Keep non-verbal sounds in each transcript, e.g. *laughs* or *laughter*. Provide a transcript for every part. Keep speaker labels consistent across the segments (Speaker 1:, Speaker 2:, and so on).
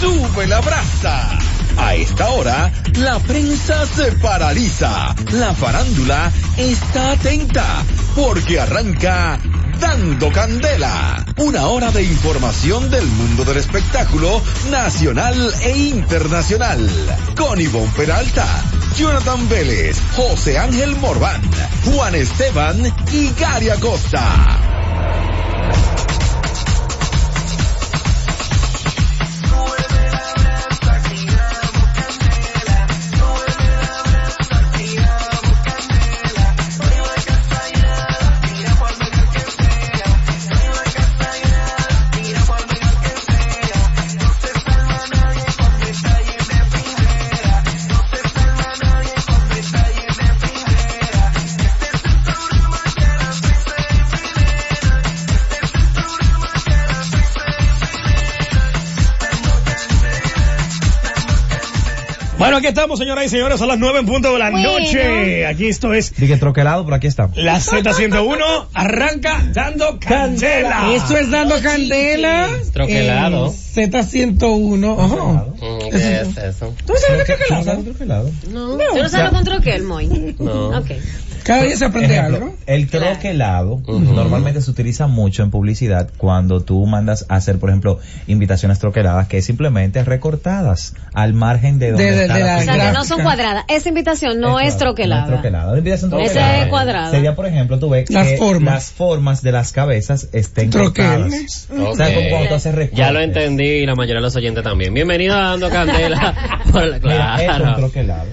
Speaker 1: Sube la brasa. A esta hora, la prensa se paraliza. La farándula está atenta porque arranca Dando Candela. Una hora de información del mundo del espectáculo nacional e internacional. Con Ivonne Peralta, Jonathan Vélez, José Ángel Morván, Juan Esteban y Gary Acosta.
Speaker 2: Bueno, aquí estamos, señoras y señores, son las nueve en punto de la
Speaker 3: Bueno.
Speaker 2: noche. Aquí esto es
Speaker 4: Dije troquelado, pero aquí estamos.
Speaker 2: la Z101, arranca dando candela.
Speaker 5: Esto es dando candela.
Speaker 6: Troquelado.
Speaker 5: eh, Z101. Ojo.
Speaker 6: Mm, ¿Qué es eso?
Speaker 5: ¿Tú sabes lo que
Speaker 4: Troquelado,
Speaker 5: es
Speaker 4: troquelado.
Speaker 3: No, no. Yo no sabes lo con troquel, Moy.
Speaker 6: No.
Speaker 3: Ok.
Speaker 5: Cada día se aprende
Speaker 4: Ejemplo,
Speaker 5: algo.
Speaker 4: el troquelado normalmente se utiliza mucho en publicidad cuando tú mandas a hacer, por ejemplo, invitaciones troqueladas que es simplemente recortadas al margen de donde
Speaker 5: De- de-
Speaker 4: está
Speaker 5: de
Speaker 4: la
Speaker 5: la-
Speaker 3: O sea,
Speaker 4: figura.
Speaker 3: que no son cuadradas. Esa invitación no es, troquelada.
Speaker 4: No es troquelada. La invitación
Speaker 3: Esa es
Speaker 4: troquelada
Speaker 3: cuadrada.
Speaker 4: Sería, por ejemplo, tú ves
Speaker 5: Las
Speaker 4: que
Speaker 5: formas.
Speaker 4: las formas de las cabezas estén
Speaker 5: Troqueles.
Speaker 4: cortadas. O sea,
Speaker 6: Ok.
Speaker 4: como cuando tú haces recortes.
Speaker 6: Ya lo entendí y la mayoría de los oyentes también. Bienvenido a Dando Candela. *laughs* Por la-
Speaker 4: Mira, esto es un
Speaker 6: claro.
Speaker 4: troquelado.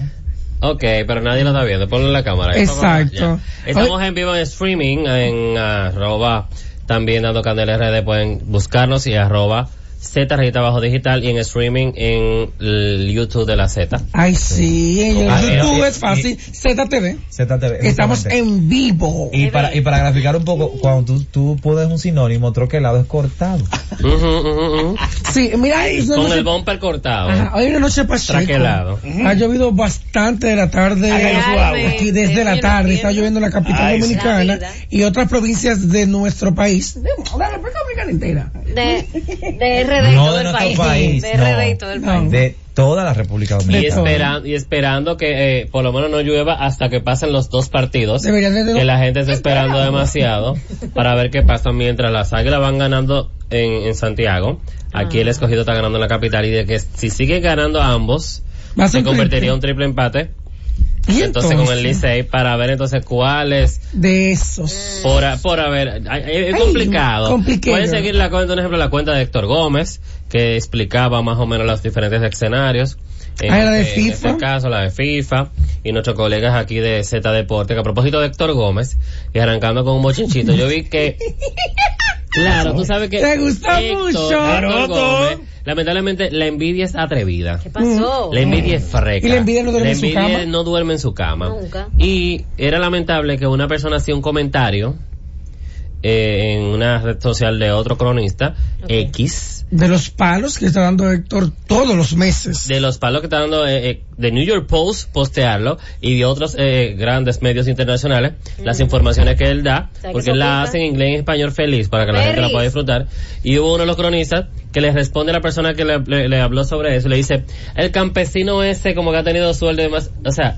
Speaker 6: Ok, pero nadie lo está viendo. Ponlo en la cámara. Esto va-
Speaker 5: Exacto.
Speaker 6: ya. Estamos en vivo en streaming en arroba también Dando Candela RD. Pueden buscarnos y arroba Z rayita bajo digital y en streaming en el YouTube de la Z.
Speaker 5: Ay, sí, en
Speaker 6: Ah,
Speaker 5: YouTube
Speaker 4: mira,
Speaker 5: es fácil. ZTV.
Speaker 4: ZTV,
Speaker 5: Estamos
Speaker 4: justamente.
Speaker 5: en vivo.
Speaker 4: Y para, y para graficar un poco, cuando tú, tú pones un sinónimo, troquelado es cortado.
Speaker 6: Ujú, ujú, ujú.
Speaker 5: Sí, mira, es una
Speaker 6: Con
Speaker 5: noche-
Speaker 6: el bumper cortado.
Speaker 5: Ajá, hoy es Ah, una noche pacheco.
Speaker 6: Traquelado.
Speaker 5: Ha llovido bastante de la tarde.
Speaker 2: Hágalo suave.
Speaker 5: Aquí desde la tarde está lloviendo en la capital
Speaker 2: Ay, sí.
Speaker 5: dominicana
Speaker 3: La vida.
Speaker 5: y otras provincias de nuestro país. De la República Dominicana entera.
Speaker 3: De, de RD y
Speaker 4: No
Speaker 3: todo
Speaker 4: de
Speaker 3: el
Speaker 4: nuestro
Speaker 3: país.
Speaker 4: país,
Speaker 3: De RD y
Speaker 4: no.
Speaker 3: todo el
Speaker 5: No.
Speaker 3: país.
Speaker 4: De toda la República
Speaker 6: Y,
Speaker 4: Dominicana.
Speaker 5: todo.
Speaker 6: esperan, y esperando que eh, por lo menos no llueva hasta que pasen los dos partidos.
Speaker 5: Deberían de-
Speaker 6: Que la gente está esperando demasiado para ver qué pasa mientras las águilas van ganando en, en Santiago. Aquí el
Speaker 3: Ah.
Speaker 6: escogido está ganando en la capital y de que si siguen ganando ambos,
Speaker 5: Va a ser
Speaker 6: se
Speaker 5: un
Speaker 6: convertiría en
Speaker 5: triple.
Speaker 6: un triple empate.
Speaker 5: Y
Speaker 6: Entonces con el Licey para ver entonces cuáles
Speaker 5: De esos.
Speaker 6: por, a- por haber, ay, ay, es
Speaker 5: Ay,
Speaker 6: complicado.
Speaker 5: compliquero.
Speaker 6: Pueden seguir la cuenta, un ejemplo, la cuenta de Héctor Gómez, que explicaba más o menos los diferentes escenarios. En,
Speaker 5: Ah, la de
Speaker 6: este- en este
Speaker 5: FIFA.
Speaker 6: caso, la de FIFA. Y nuestros colegas aquí de Z Deporte, que a propósito de Héctor Gómez, y arrancando con un bochinchito, yo vi
Speaker 5: *laughs*
Speaker 6: que... Claro, tú sabes que...
Speaker 5: Te gustó mucho.
Speaker 6: Héctor
Speaker 2: Garoto.
Speaker 6: Gómez, lamentablemente, la envidia es atrevida.
Speaker 3: ¿Qué pasó?
Speaker 6: La envidia es freca.
Speaker 5: Mm. ¿Y la envidia no duerme
Speaker 6: La
Speaker 5: en su
Speaker 6: envidia
Speaker 5: cama?
Speaker 6: no duerme en su cama.
Speaker 3: Nunca.
Speaker 6: Y era lamentable que una persona hacía un comentario eh, en una red social de otro cronista, X,
Speaker 5: De los palos que está dando Héctor todos los meses.
Speaker 6: de los palos que está dando eh, eh, de New York Post postearlo y de otros eh, grandes medios internacionales, las informaciones que él da,
Speaker 3: sea, que
Speaker 6: porque
Speaker 3: eso
Speaker 6: la
Speaker 3: ocupa.
Speaker 6: hacen en inglés y español feliz para que la gente la
Speaker 3: Feliz.
Speaker 6: pueda disfrutar. Y hubo uno de los cronistas que le responde a la persona que le, le- le habló sobre eso, le dice, el campesino ese como que ha tenido sueldo y demás, o sea,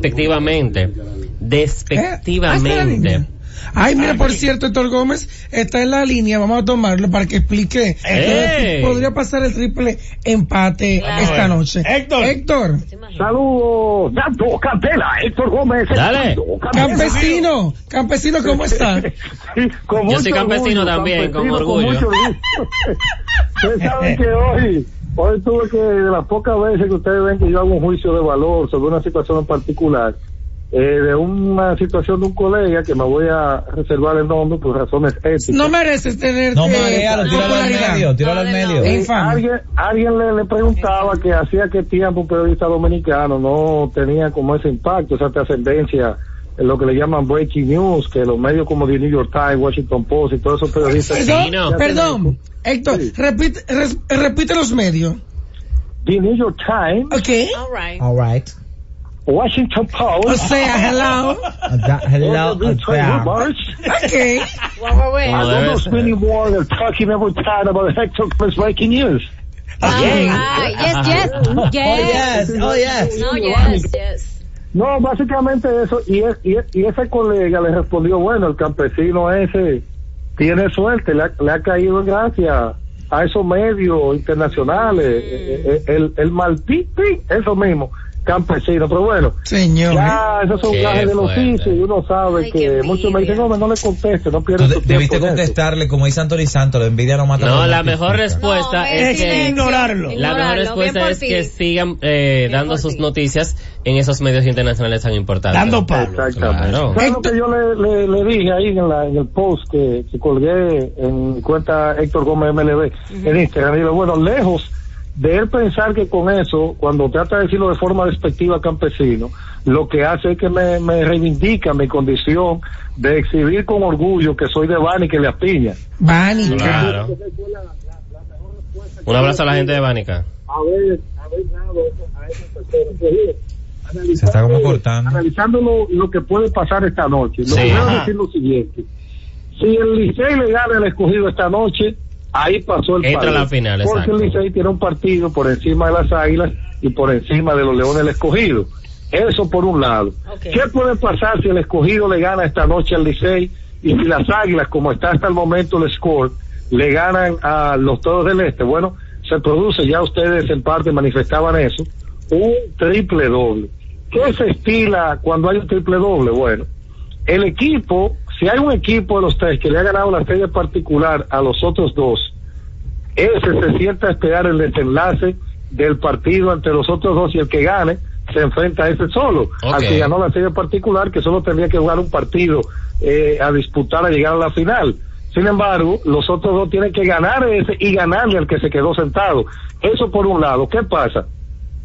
Speaker 6: despectivamente,
Speaker 5: ¿Eh? Ah, está en la
Speaker 2: ¿Eh?
Speaker 6: despectivamente.
Speaker 5: línea. Ay, mira, por cierto, Héctor Gómez está en la línea. Vamos a tomarlo para que explique.
Speaker 6: ¡Ey!
Speaker 5: que Podría pasar el triple empate
Speaker 3: Claro.
Speaker 5: esta noche.
Speaker 2: Héctor.
Speaker 5: Héctor,
Speaker 3: ¿Se imagina?
Speaker 7: Saludos, Dando Candela, Héctor Gómez.
Speaker 6: Dale.
Speaker 7: Dando Candela.
Speaker 5: campesino, campesino, ¿cómo está?
Speaker 7: *laughs* Sí, con
Speaker 6: Yo
Speaker 7: mucho
Speaker 6: soy campesino también, con orgullo.
Speaker 7: mucho orgullo. ustedes saben que hoy, hoy tuve que, de las pocas veces que ustedes ven que yo hago un juicio de valor sobre una situación en particular, eh, de una situación de un colega que me voy a reservar el nombre por razones éticas.
Speaker 5: No mereces tener
Speaker 4: No,
Speaker 5: eh,
Speaker 4: marealo, tíralo al
Speaker 5: popularidad.
Speaker 4: medio, tíralo
Speaker 3: No,
Speaker 4: al
Speaker 3: no,
Speaker 4: medio.
Speaker 5: no.
Speaker 7: Eh,
Speaker 5: Infame.
Speaker 7: alguien alguien le, le preguntaba que hacía qué tiempo un periodista dominicano no tenía como ese impacto, esa trascendencia, en lo que le llaman breaking news, que los medios como The New York Times, Washington Post y todos esos periodistas.
Speaker 6: Sí, no.
Speaker 5: Perdón, perdón. Héctor,
Speaker 7: Sí.
Speaker 5: repite, res- repite los medios.
Speaker 7: The New York Times,
Speaker 3: *laughs*
Speaker 5: ¿Ok?
Speaker 3: All right.
Speaker 4: All right. Oh,
Speaker 7: Washington
Speaker 5: O
Speaker 7: Post, *laughs*
Speaker 5: sea, hello.
Speaker 4: That- hello,
Speaker 7: Washington
Speaker 4: that.
Speaker 7: Times,
Speaker 5: Ok.
Speaker 3: Guau, guau,
Speaker 7: I
Speaker 6: No,
Speaker 3: guau.
Speaker 7: don't
Speaker 6: debe
Speaker 7: know
Speaker 6: ser.
Speaker 7: many more than talking every time about Hector Chris breaking news.
Speaker 4: Um,
Speaker 3: Ah, ay, yes, yes, yes.
Speaker 4: Oh, yes, oh, yes.
Speaker 3: No, yes, yes.
Speaker 7: No, básicamente eso. Y, es- y, es- y ese colega le respondió, bueno, el campesino ese tiene suerte, le ha, le ha caído en gracia a esos medios internacionales, eh, eh, el, el maltí, tí, eso mismo, campesino. Pero bueno,
Speaker 5: Señor.
Speaker 7: ya, esos son
Speaker 6: Qué
Speaker 7: gajes del
Speaker 6: fuerte.
Speaker 7: oficio y uno sabe
Speaker 3: Ay, qué
Speaker 7: que muchos me
Speaker 3: envidia.
Speaker 7: dicen, no, no le conteste, no
Speaker 4: Tú
Speaker 7: pierdas
Speaker 4: de-
Speaker 7: tu tiempo.
Speaker 4: debiste
Speaker 7: en eso".
Speaker 4: contestarle, como dice Anthony Santos, la envidia no mata.
Speaker 6: No,
Speaker 4: pero
Speaker 6: la
Speaker 4: mortifica.
Speaker 6: mejor respuesta
Speaker 3: No,
Speaker 6: es
Speaker 3: es
Speaker 6: que...
Speaker 2: ignorarlo.
Speaker 6: La mejor
Speaker 3: Ignorarlo, bien
Speaker 6: respuesta
Speaker 3: por
Speaker 6: es
Speaker 3: ti.
Speaker 6: que sigan eh,
Speaker 3: Bien
Speaker 6: dando
Speaker 3: por
Speaker 6: sus
Speaker 3: ti.
Speaker 6: noticias en esos medios internacionales tan importantes.
Speaker 2: Dando palo.
Speaker 7: Exactamente.
Speaker 6: Claro.
Speaker 7: ¿Sabes lo que yo le, le- le dije ahí en, la- en el post que, que colgué en mi cuenta Héctor Gómez MLB en Instagram? Digo, bueno, lejos de él pensar que con eso, cuando trata de decirlo de forma despectiva campesino, lo que hace es que me, me reivindica mi condición de exhibir con orgullo que soy de Bani que le apiña.
Speaker 5: Bani.
Speaker 6: Claro. Un abrazo a la gente de Bánica.
Speaker 7: haber, haber dado eso- a esas personas. Entonces, analizando-
Speaker 4: Se está como cortando.
Speaker 7: Analizando lo, lo que puede pasar esta noche. Lo
Speaker 6: Sí.
Speaker 7: que quiero
Speaker 6: Ajá.
Speaker 7: decir lo siguiente. Si el Licey le gana al escogido esta noche, ahí pasó el
Speaker 6: Entra
Speaker 7: país.
Speaker 6: la final,
Speaker 7: Porque
Speaker 6: exacto.
Speaker 7: el Licey tiene un partido por encima de las Águilas y por encima de los Leones del Escogido. Eso por un lado.
Speaker 3: Ok.
Speaker 7: ¿Qué puede pasar si el escogido le gana esta noche al Licey y si las Águilas, como está hasta el momento el score, le ganan a los Toros del Este? Bueno, se produce, ya ustedes en parte manifestaban eso, un triple doble. ¿Qué se estila cuando hay un triple doble? Bueno, el equipo, si hay un equipo de los tres que le ha ganado la serie particular a los otros dos, ese se sienta a esperar el desenlace del partido entre los otros dos y el que gane se enfrenta a ese solo,
Speaker 6: Ok.
Speaker 7: al que ganó la serie particular, que solo tendría que jugar un partido eh, a disputar a llegar a la final. Sin embargo, los otros dos tienen que ganar ese y ganarle al que se quedó sentado. Eso por un lado. ¿Qué pasa?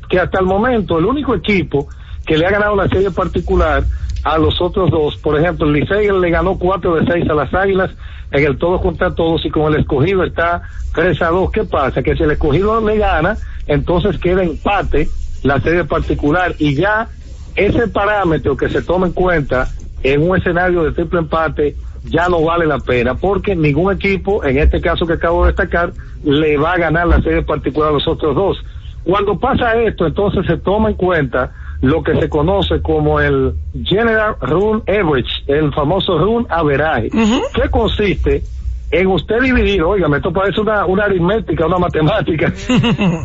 Speaker 7: que hasta el momento el único equipo que le ha ganado la serie particular a los otros dos, por ejemplo, el Licey le ganó 4 de 6 a las Águilas en el todos contra todos y con el escogido está 3 a 2. ¿Qué pasa? Que si el escogido le gana, entonces queda empate la serie particular y ya ese parámetro que se toma en cuenta en un escenario de triple empate ya no vale la pena porque ningún equipo, en este caso que acabo de destacar, le va a ganar la serie particular a los otros dos. Cuando pasa esto, entonces se toma en cuenta lo que se conoce como el General Rule Average, el famoso Rule Average, que consiste en usted dividir, oigan, esto parece una, una aritmética, una matemática,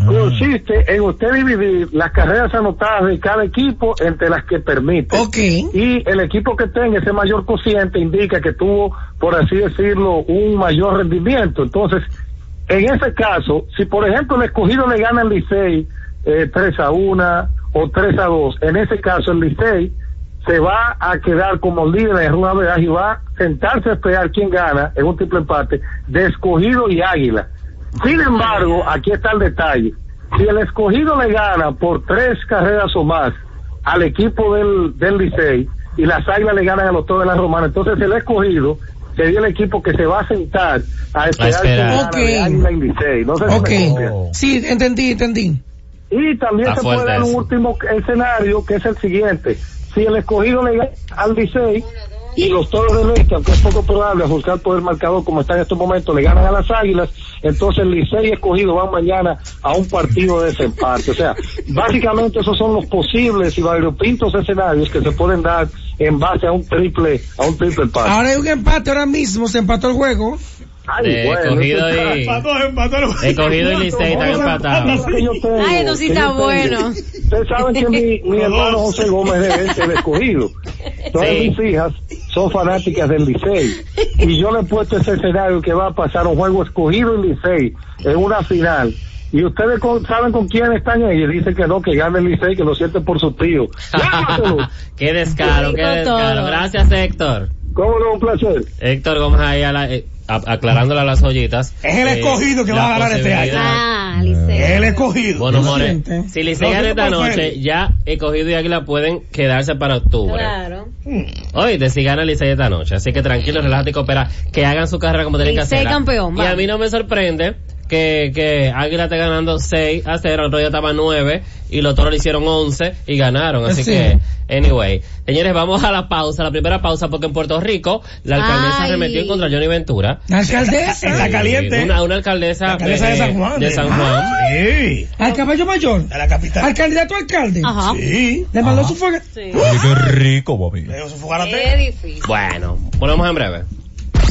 Speaker 7: consiste en usted dividir las carreras anotadas de cada equipo entre las que permite
Speaker 5: Ok.
Speaker 7: y el equipo que tenga ese mayor cociente indica que tuvo, por así decirlo, un mayor rendimiento. Entonces, en ese caso, si por ejemplo el escogido le gana el Licey eh, 3 a 1 o 3 a 2, en ese caso el Licey se va a quedar como líder en una verdad y va a sentarse a esperar quién gana en un triple empate de escogido y águila. Sin embargo, aquí está el detalle. Si el escogido le gana por tres carreras o más al equipo del, del Licey y las Águilas le ganan a los Toros de la Romana, entonces el escogido sería el equipo que se va a sentar a esperar,
Speaker 6: esperar.
Speaker 7: que gana de
Speaker 5: Ok.
Speaker 7: Águila y Licey. No sé si me
Speaker 5: Ok.
Speaker 7: entiendes.
Speaker 5: Sí, entendí, entendí.
Speaker 7: Y también
Speaker 6: Está
Speaker 7: se puede
Speaker 6: fuerte
Speaker 7: dar un
Speaker 6: eso.
Speaker 7: último escenario que es el siguiente. Si el escogido le gana al Licey y los toros del Este, aunque es poco probable a juzgar por el marcador como está en estos momentos, le ganan a las Águilas, entonces el Licey y escogido van mañana a un partido de desempate. O
Speaker 6: *laughs*
Speaker 7: sea, básicamente esos son los posibles y variopintos escenarios que se pueden dar en base a un triple, a un triple empate.
Speaker 5: Ahora hay un empate ahora mismo, se empató el juego.
Speaker 7: Ay,
Speaker 6: De
Speaker 7: bueno,
Speaker 6: Eh,
Speaker 7: *laughs*
Speaker 6: escogido
Speaker 7: eso
Speaker 6: y...
Speaker 2: Empató, empató. *laughs*
Speaker 6: Escogido y Licey están empatados.
Speaker 7: que yo tengo,
Speaker 3: Ay, no, sí
Speaker 7: que yo
Speaker 3: está
Speaker 7: tengo.
Speaker 3: bueno.
Speaker 7: Ustedes saben que mi, mi hermano José Gómez es del escogido. Todas
Speaker 6: Sí.
Speaker 7: mis hijas son fanáticas del Licey. Y yo le he puesto ese escenario que va a pasar un juego escogido en Licey en una final. Y ustedes con- saben con quién están ahí. Y dicen que no, que gane el Licey, que lo sienten por su
Speaker 6: *laughs*
Speaker 7: tío. ¡Llámatelo!
Speaker 6: qué descaro, qué
Speaker 3: Dijo
Speaker 6: descaro.
Speaker 3: todo.
Speaker 6: Gracias, Héctor.
Speaker 7: ¿Cómo no? Un placer.
Speaker 6: Héctor Gómez ahí a la- eh, a- aclarándole a las joyitas. Eh,
Speaker 2: Es el escogido que
Speaker 6: la
Speaker 2: va a ganar este
Speaker 6: posibilidad-
Speaker 3: Ah, Licey.
Speaker 2: Él escogido.
Speaker 6: Bueno,
Speaker 5: Lo
Speaker 6: more,
Speaker 5: siente.
Speaker 6: si Licey
Speaker 2: Lo
Speaker 6: gana
Speaker 2: siente
Speaker 6: esta
Speaker 2: por
Speaker 6: noche,
Speaker 2: Félix.
Speaker 6: ya escogido y águila pueden quedarse para octubre.
Speaker 3: Claro.
Speaker 6: Hoy de si gana Licey esta noche. Así que tranquilo, relájate y coopera. Que hagan su carrera como tienen que
Speaker 3: Licey
Speaker 6: hacerla.
Speaker 3: campeón,
Speaker 6: Y a
Speaker 3: vamos.
Speaker 6: mí no me sorprende que, que Águila está ganando 6 a 0, el otro día estaba 9 y los toros le hicieron 11 y ganaron.
Speaker 2: Eh,
Speaker 6: Así
Speaker 5: Sí.
Speaker 6: que, anyway. Señores, vamos a la pausa, la primera pausa, porque en Puerto Rico la alcaldesa
Speaker 3: Ay.
Speaker 6: arremetió en contra de Johnny Ventura.
Speaker 5: La alcaldesa.
Speaker 2: La caliente.
Speaker 6: Una, una alcaldesa,
Speaker 2: La alcaldesa de San Juan.
Speaker 6: de San Juan.
Speaker 2: Sí.
Speaker 5: Al caballo mayor.
Speaker 2: De la capital.
Speaker 5: Al candidato alcalde.
Speaker 3: Ajá.
Speaker 2: Sí.
Speaker 5: Le mandó su fuego.
Speaker 3: Sí.
Speaker 4: Oye, qué rico, papi.
Speaker 2: Pero su
Speaker 3: Qué
Speaker 2: fugarate.
Speaker 3: difícil.
Speaker 6: Bueno, volvemos en breve.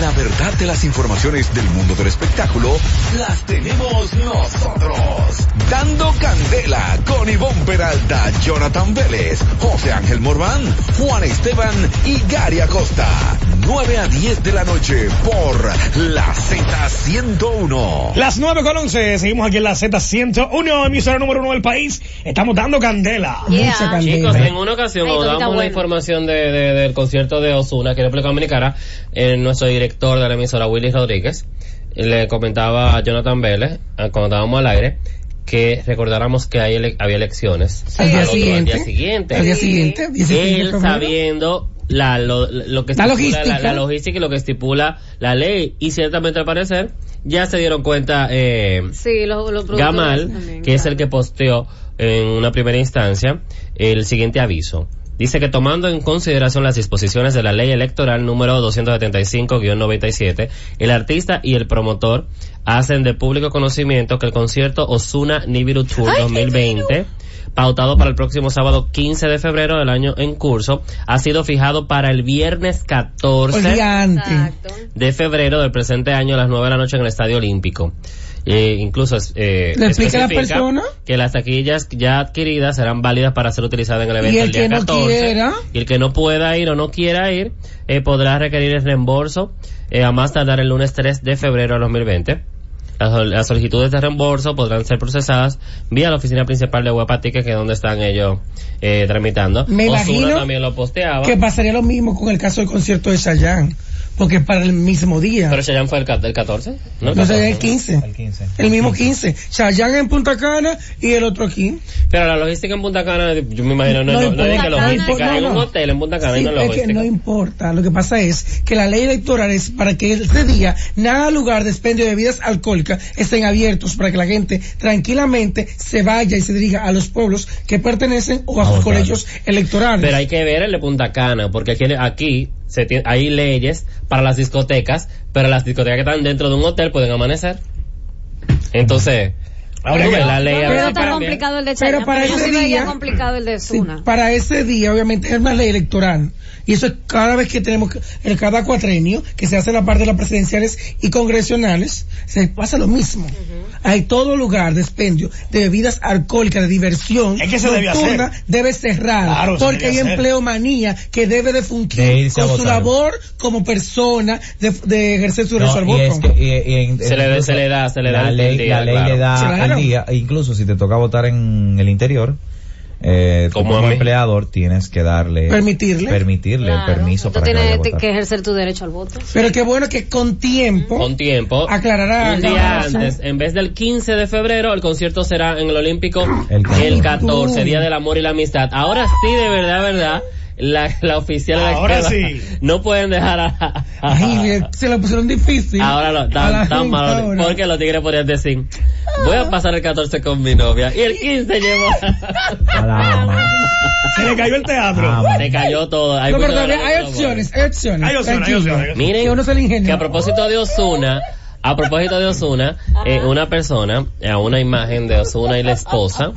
Speaker 1: La verdad de las informaciones del mundo del espectáculo las tenemos nosotros. Dando candela con Ivonne Peralta, Jonathan Vélez, José Ángel Morván, Juan Esteban y Gary Acosta. 9 a 10 de la noche por la Z101.
Speaker 2: Las 9 con 11, seguimos aquí en la Z101, emisora número uno del país. Estamos dando candela.
Speaker 3: Yeah.
Speaker 5: Mucha
Speaker 6: Chicos,
Speaker 5: candela.
Speaker 6: en una ocasión,
Speaker 3: Ay,
Speaker 6: cuando
Speaker 3: cosita
Speaker 6: dábamos la
Speaker 3: buena.
Speaker 6: información de, de- del concierto de Osuna, que en República Dominicana, eh, nuestro director de la emisora, Willy Rodríguez, le comentaba a Jonathan Vélez, ah, cuando estábamos al aire, que recordáramos que ahí ele- había elecciones.
Speaker 5: Al día
Speaker 6: Al otro- al
Speaker 5: siguiente.
Speaker 6: día siguiente.
Speaker 5: Al día siguiente. 16 de
Speaker 6: Él
Speaker 5: febrero.
Speaker 6: sabiendo la, lo, lo que
Speaker 5: La
Speaker 6: estipula
Speaker 5: logística.
Speaker 6: La, la logística y lo que estipula la ley. Y ciertamente al parecer, ya se dieron cuenta, eh,
Speaker 3: Sí, los, los productores
Speaker 6: Gamal,
Speaker 3: también,
Speaker 6: que es el
Speaker 3: claro.
Speaker 6: que posteó en una primera instancia el siguiente aviso. Dice que tomando en consideración las disposiciones de la ley electoral número 275-97, el artista y el promotor hacen de público conocimiento que el concierto Osuna Nibiru Tour 2020, pautado para el próximo sábado 15 de febrero del año en curso, ha sido fijado para el viernes 14
Speaker 5: El día antes.
Speaker 3: Exacto.
Speaker 6: de febrero del presente año a las 9 de la noche en el Estadio Olímpico. Eh, incluso eh,
Speaker 5: ¿Le explica a la
Speaker 6: especifica
Speaker 5: persona?
Speaker 6: que las taquillas ya adquiridas serán válidas para ser utilizadas en el evento
Speaker 5: el
Speaker 6: día
Speaker 5: que no
Speaker 6: 14,
Speaker 5: quiera.
Speaker 6: y el que no pueda ir o no quiera ir eh, podrá requerir el reembolso eh, a más tardar el lunes 3 de febrero de 2020. Las, sol- las solicitudes de reembolso podrán ser procesadas vía la oficina principal de Huepa Ticket, que es donde están ellos eh, tramitando.
Speaker 5: Me
Speaker 6: Ozuna
Speaker 5: imagino
Speaker 6: también lo posteaba.
Speaker 5: Que pasaría lo mismo con el caso del concierto de Chayanne. Porque es para el mismo día.
Speaker 6: Pero Cheyenne fue el, cat- el 14, ¿no? El
Speaker 5: no sería
Speaker 6: 14.
Speaker 5: el 15.
Speaker 4: El 15.
Speaker 5: El mismo 15. Chayanne en Punta Cana y el otro aquí.
Speaker 6: Pero la logística en Punta Cana, yo me imagino, no,
Speaker 5: No
Speaker 6: no, no
Speaker 5: importa,
Speaker 6: es que
Speaker 3: no
Speaker 6: logística,
Speaker 5: importa,
Speaker 6: hay
Speaker 5: no.
Speaker 6: un hotel en Punta Cana y
Speaker 5: Sí,
Speaker 6: no
Speaker 5: es
Speaker 6: logística.
Speaker 5: que no importa. Lo que pasa es que la ley electoral es para que este día nada lugar de expendio de bebidas alcohólicas estén abiertos para que la gente tranquilamente se vaya y se dirija a los pueblos que pertenecen
Speaker 6: Ah,
Speaker 5: o a sus
Speaker 4: votar.
Speaker 5: colegios electorales.
Speaker 6: Pero hay que ver el de Punta Cana, porque aquí, aquí se tiene, hay leyes para las discotecas, pero las discotecas que están dentro de un hotel pueden amanecer. Entonces,
Speaker 2: Ahora
Speaker 6: tú
Speaker 2: que-
Speaker 6: ves la ley a
Speaker 3: Pero
Speaker 6: ver
Speaker 3: no
Speaker 6: si
Speaker 3: está
Speaker 6: cambia.
Speaker 3: complicado el de
Speaker 5: Pero
Speaker 3: China, pero,
Speaker 5: para
Speaker 3: yo
Speaker 5: ese
Speaker 3: sí veía
Speaker 5: día-
Speaker 3: complicado el de
Speaker 5: Sí,
Speaker 3: Zuna.
Speaker 5: para ese día, obviamente, es una ley electoral. Y eso es cada vez que tenemos, que- el cada cuatrenio, que se hace la parte de las presidenciales y congresionales, se pasa lo mismo. Hay todo lugar de expendio de bebidas alcohólicas, de diversión.
Speaker 2: Es que se debe
Speaker 5: nocturna,
Speaker 2: hacer.
Speaker 5: debe cerrar.
Speaker 2: Claro, se
Speaker 5: porque
Speaker 2: debe
Speaker 5: hay
Speaker 2: hacer.
Speaker 5: empleomanía que debe de fungir
Speaker 4: De irse a
Speaker 5: con su
Speaker 4: votar.
Speaker 5: labor como persona, de, de ejercer su
Speaker 4: No,
Speaker 5: derecho al
Speaker 4: y es
Speaker 5: voto.
Speaker 4: que- y- y en-
Speaker 6: Se le da-
Speaker 4: incluso
Speaker 6: se le da- se le da
Speaker 4: la
Speaker 6: el
Speaker 4: ley,
Speaker 6: día,
Speaker 4: la ley
Speaker 6: claro.
Speaker 4: le da
Speaker 5: Claro.
Speaker 4: el día, e incluso si te toca votar en el interior, eh, tú
Speaker 6: Como
Speaker 4: como
Speaker 6: a mí.
Speaker 4: empleador tienes que darle
Speaker 5: Permitirle.
Speaker 4: permitirle
Speaker 3: Claro,
Speaker 4: el permiso
Speaker 3: Tú
Speaker 4: para que vaya a
Speaker 3: tienes
Speaker 4: votar.
Speaker 3: que ejercer tu derecho al voto.
Speaker 5: Pero qué bueno que con tiempo,
Speaker 6: Con tiempo.
Speaker 5: aclarará.
Speaker 6: Un día antes, en vez del 15 de febrero, el concierto será en el Olímpico
Speaker 4: El
Speaker 6: el
Speaker 4: 14.
Speaker 6: 14, Día del Amor y la Amistad. Ahora sí, de verdad, verdad, la, la oficial de la
Speaker 2: Ahora
Speaker 6: escuela
Speaker 2: sí.
Speaker 6: no pueden dejar a... a- a-
Speaker 5: Ay, mire, se lo pusieron difícil.
Speaker 6: Ahora lo,
Speaker 5: a la
Speaker 6: tan, tan
Speaker 5: gente
Speaker 6: malo,
Speaker 5: ahora.
Speaker 6: porque los tigres podrían decir, voy a pasar el 14 con mi novia, y el 15 llevo...
Speaker 4: A la ma-
Speaker 2: Se le cayó el teatro.
Speaker 4: Ah,
Speaker 6: Se cayó todo. Hay
Speaker 5: No, pero
Speaker 6: muchos
Speaker 5: todavía hay
Speaker 6: ganadores,
Speaker 5: opciones, hay opciones.
Speaker 2: Hay opción, hay
Speaker 5: Tranquilo.
Speaker 2: opción. hay opción.
Speaker 6: Miren,
Speaker 5: Que uno se le ingenia.
Speaker 6: que a propósito de Osuna, a propósito de Osuna, eh, una persona, eh, a una imagen de Osuna y la esposa,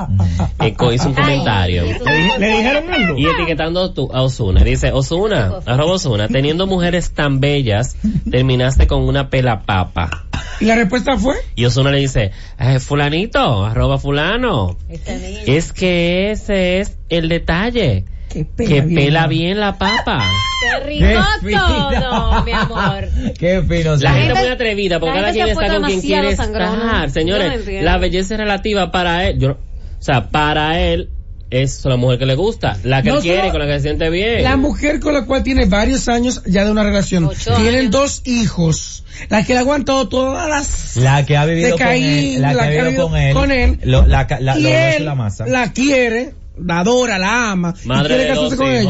Speaker 6: eh, co- hizo un comentario.
Speaker 3: Ay, eso-
Speaker 2: ¿Le, di- le dijeron algo?
Speaker 6: Y etiquetando tu- a Osuna. Dice, Osuna, arroba Osuna, teniendo mujeres tan bellas, terminaste con una pela papa.
Speaker 5: Y la respuesta fue,
Speaker 6: Y Osuna le dice, "Eh, fulanito, arroba fulano. Es que ese es el detalle.
Speaker 5: que pela
Speaker 6: Que
Speaker 5: bien.
Speaker 6: pela bien la papa.
Speaker 5: *laughs*
Speaker 3: ¡Qué
Speaker 4: qué
Speaker 3: rico
Speaker 4: fino.
Speaker 3: todo, mi amor!
Speaker 4: Qué fino.
Speaker 6: La
Speaker 4: sí.
Speaker 6: gente
Speaker 3: gente-
Speaker 6: es muy atrevida porque
Speaker 3: la
Speaker 6: cada quien
Speaker 3: gente se ha
Speaker 6: está
Speaker 3: puesto
Speaker 6: con quien
Speaker 3: demasiado
Speaker 6: quiere
Speaker 3: sangrón.
Speaker 6: estar.
Speaker 3: Yo no
Speaker 6: Señores,
Speaker 3: entiendo.
Speaker 6: la belleza es relativa para él. Yo, no- o sea, para él es la mujer que le gusta, la que
Speaker 5: No
Speaker 6: él quiere,
Speaker 5: solo-
Speaker 6: con la que se siente bien.
Speaker 4: Eh.
Speaker 5: La mujer con la cual tiene varios años ya de una relación.
Speaker 3: Ocho
Speaker 5: Tienen
Speaker 3: años.
Speaker 5: dos hijos. La que le ha aguantado todas las...
Speaker 4: La que ha vivido
Speaker 5: De Caín,
Speaker 4: con él, la que ha vivido con él, lo- la, ca- la,
Speaker 5: y
Speaker 4: lo grueso de
Speaker 5: él
Speaker 4: la masa.
Speaker 5: la quiere, la adora, la ama.
Speaker 6: Madre
Speaker 5: y quiere
Speaker 6: de dos
Speaker 5: casarse con
Speaker 6: hijos.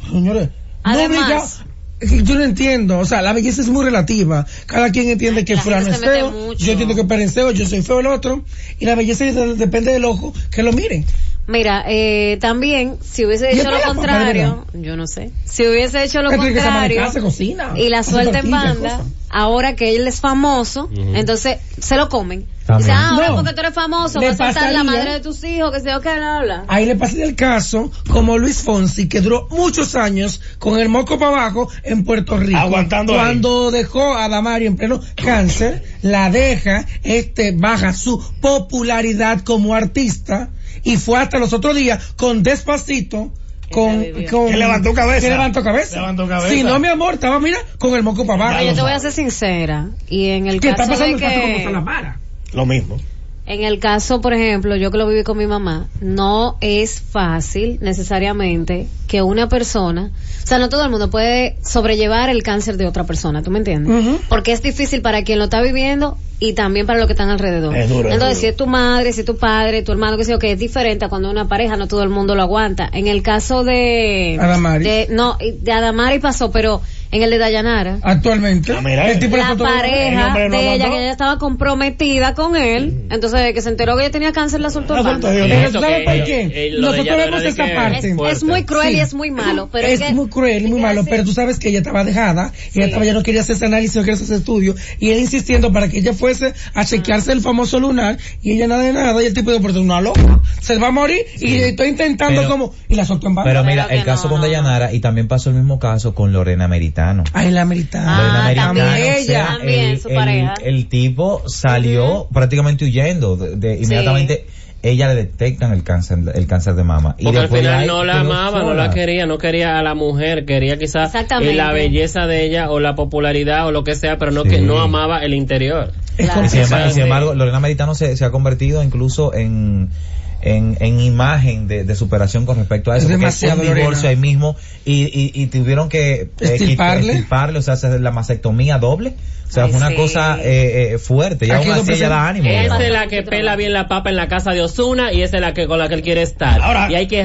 Speaker 5: ella. Señores, no
Speaker 3: Además-
Speaker 5: obligado- yo no entiendo, o sea, la belleza es muy relativa. Cada quien entiende
Speaker 3: Ay,
Speaker 5: que
Speaker 3: la gente
Speaker 5: fulano
Speaker 3: se
Speaker 5: es
Speaker 3: mete
Speaker 5: feo,
Speaker 3: mucho.
Speaker 5: yo entiendo que perenceo, yo soy feo el otro, y la belleza de- depende del ojo que lo miren.
Speaker 3: Mira, eh, también, si hubiese
Speaker 5: Y pues,
Speaker 3: hecho lo
Speaker 5: espera, papá,
Speaker 3: contrario, yo no sé, si hubiese hecho lo
Speaker 5: Pero tiene que ser ama de
Speaker 3: contrario
Speaker 5: casa, cocina,
Speaker 3: y la
Speaker 5: hace
Speaker 3: suelta en
Speaker 5: tortillas,
Speaker 3: banda,
Speaker 5: cosas.
Speaker 3: ahora que él es famoso, entonces se lo comen. Dice,
Speaker 4: También.
Speaker 3: ah, ahora
Speaker 5: No.
Speaker 3: porque tú eres famoso,
Speaker 5: Le
Speaker 3: vas a ser la
Speaker 5: pasaría-
Speaker 3: madre de tus hijos, que se yo, que bla, bla, bla.
Speaker 5: Ahí le pasé el caso como Luis Fonsi, que duró muchos años con el moco para abajo en Puerto Rico.
Speaker 2: Aguantando ahí.
Speaker 5: Cuando dejó a Damario en pleno cáncer, la deja, este baja su popularidad como artista y fue hasta los otros días con Despacito. Con,
Speaker 3: Que la vivió.
Speaker 5: con-
Speaker 2: Que levantó cabeza.
Speaker 5: que levantó cabeza.
Speaker 2: Levantó cabeza.
Speaker 5: Si no, mi amor, estaba, mira, con el moco para
Speaker 3: Pero
Speaker 5: abajo.
Speaker 3: yo te voy a ser sincera, y en el
Speaker 5: ¿Qué está
Speaker 3: caso de
Speaker 5: pasando? Está todo
Speaker 3: que...
Speaker 5: con la vara.
Speaker 2: Lo mismo.
Speaker 3: En el caso, por ejemplo, yo que lo viví con mi mamá, no es fácil necesariamente que una persona, o sea, no todo el mundo puede sobrellevar el cáncer de otra persona, ¿tú me entiendes?
Speaker 5: Ujú.
Speaker 3: Porque es difícil para quien lo está viviendo y también para los que están alrededor.
Speaker 2: Es duro, es
Speaker 3: Entonces,
Speaker 2: duro.
Speaker 3: si es tu madre, si es tu padre, tu hermano, que sé yo, que es diferente a cuando es una pareja, no todo el mundo lo aguanta. En el caso de...
Speaker 5: Adamari.
Speaker 3: de- no, de Adamari pasó, pero en el de Dayanara
Speaker 5: Actualmente,
Speaker 2: Ah, mira, eh.
Speaker 5: le
Speaker 3: la
Speaker 5: faltó-
Speaker 2: el
Speaker 3: pareja
Speaker 2: hombre no
Speaker 3: de ella
Speaker 2: aguantó.
Speaker 3: que ella estaba comprometida con él entonces de que se enteró que ella tenía cáncer la soltó
Speaker 2: La
Speaker 3: en
Speaker 2: soltó,
Speaker 3: banda.
Speaker 2: Dios.
Speaker 5: Pero
Speaker 6: Eso
Speaker 5: ¿sabe
Speaker 6: que
Speaker 5: por
Speaker 6: lo-
Speaker 5: qué?
Speaker 6: eh, lo de
Speaker 5: Nosotros
Speaker 6: Yanara
Speaker 5: vemos
Speaker 6: de
Speaker 5: esa
Speaker 6: que-
Speaker 5: parte.
Speaker 3: es, es muy cruel
Speaker 5: Sí.
Speaker 3: y es muy malo
Speaker 2: *laughs*
Speaker 3: pero
Speaker 5: es,
Speaker 3: es, que-
Speaker 5: muy cruel, muy malo, pero tú sabes que ella estaba dejada, ella estaba, ya no quería hacer ese análisis, no quería hacer ese estudio, y él insistiendo para que ella fuese
Speaker 3: Ah.
Speaker 5: a chequearse el famoso lunar, y ella nada de nada, y el tipo de oportunidad loca, se va a morir, y estoy intentando
Speaker 4: Pero-
Speaker 5: como, y la soltó en banda.
Speaker 4: Pero
Speaker 3: Claro
Speaker 4: mira,
Speaker 3: que
Speaker 4: el caso
Speaker 3: no,
Speaker 4: con
Speaker 3: no,
Speaker 4: Dayanara y también pasó el mismo caso con Lorena Meritano.
Speaker 5: Ay, la americana.
Speaker 3: Ah,
Speaker 4: Lorena Meritano,
Speaker 3: también,
Speaker 4: o sea,
Speaker 3: también,
Speaker 4: el,
Speaker 3: su
Speaker 4: el-
Speaker 3: pareja.
Speaker 4: el tipo salió prácticamente huyendo de, de- inmediatamente. Ella le detectan el cáncer, el cáncer de mama.
Speaker 6: Porque al
Speaker 4: después
Speaker 6: final
Speaker 4: ahí
Speaker 6: no la
Speaker 4: quedó
Speaker 6: amaba, no
Speaker 4: sola.
Speaker 6: la quería, no quería a la mujer, quería quizás
Speaker 3: Exactamente.
Speaker 6: eh, la belleza de ella o la popularidad o lo que sea, pero no
Speaker 4: Sí.
Speaker 6: que no amaba el interior.
Speaker 4: Y sin, embargo,
Speaker 6: Claro.
Speaker 4: sin embargo, Lorena Meritano se, se ha convertido incluso en, en, en imagen de, de superación con respecto a eso.
Speaker 5: Es
Speaker 4: porque es un
Speaker 5: demasiado,
Speaker 4: divorcio
Speaker 5: Lorena.
Speaker 4: ahí mismo y, y, y tuvieron que eh, quitar-
Speaker 5: Extirparle.
Speaker 4: extirparle, o sea, hacer la mastectomía doble. O sea,
Speaker 3: Ay,
Speaker 4: fue una
Speaker 3: sí.
Speaker 4: cosa eh, eh, fuerte y
Speaker 5: Aquí
Speaker 4: aún
Speaker 5: lo
Speaker 4: así ella
Speaker 5: presento.
Speaker 4: da ánimo.
Speaker 6: Esa es
Speaker 4: ¿verdad?
Speaker 6: la que pela bien la papa en la casa de Osuna y esa es la que con la que él quiere estar.
Speaker 2: Ahora-
Speaker 6: y hay que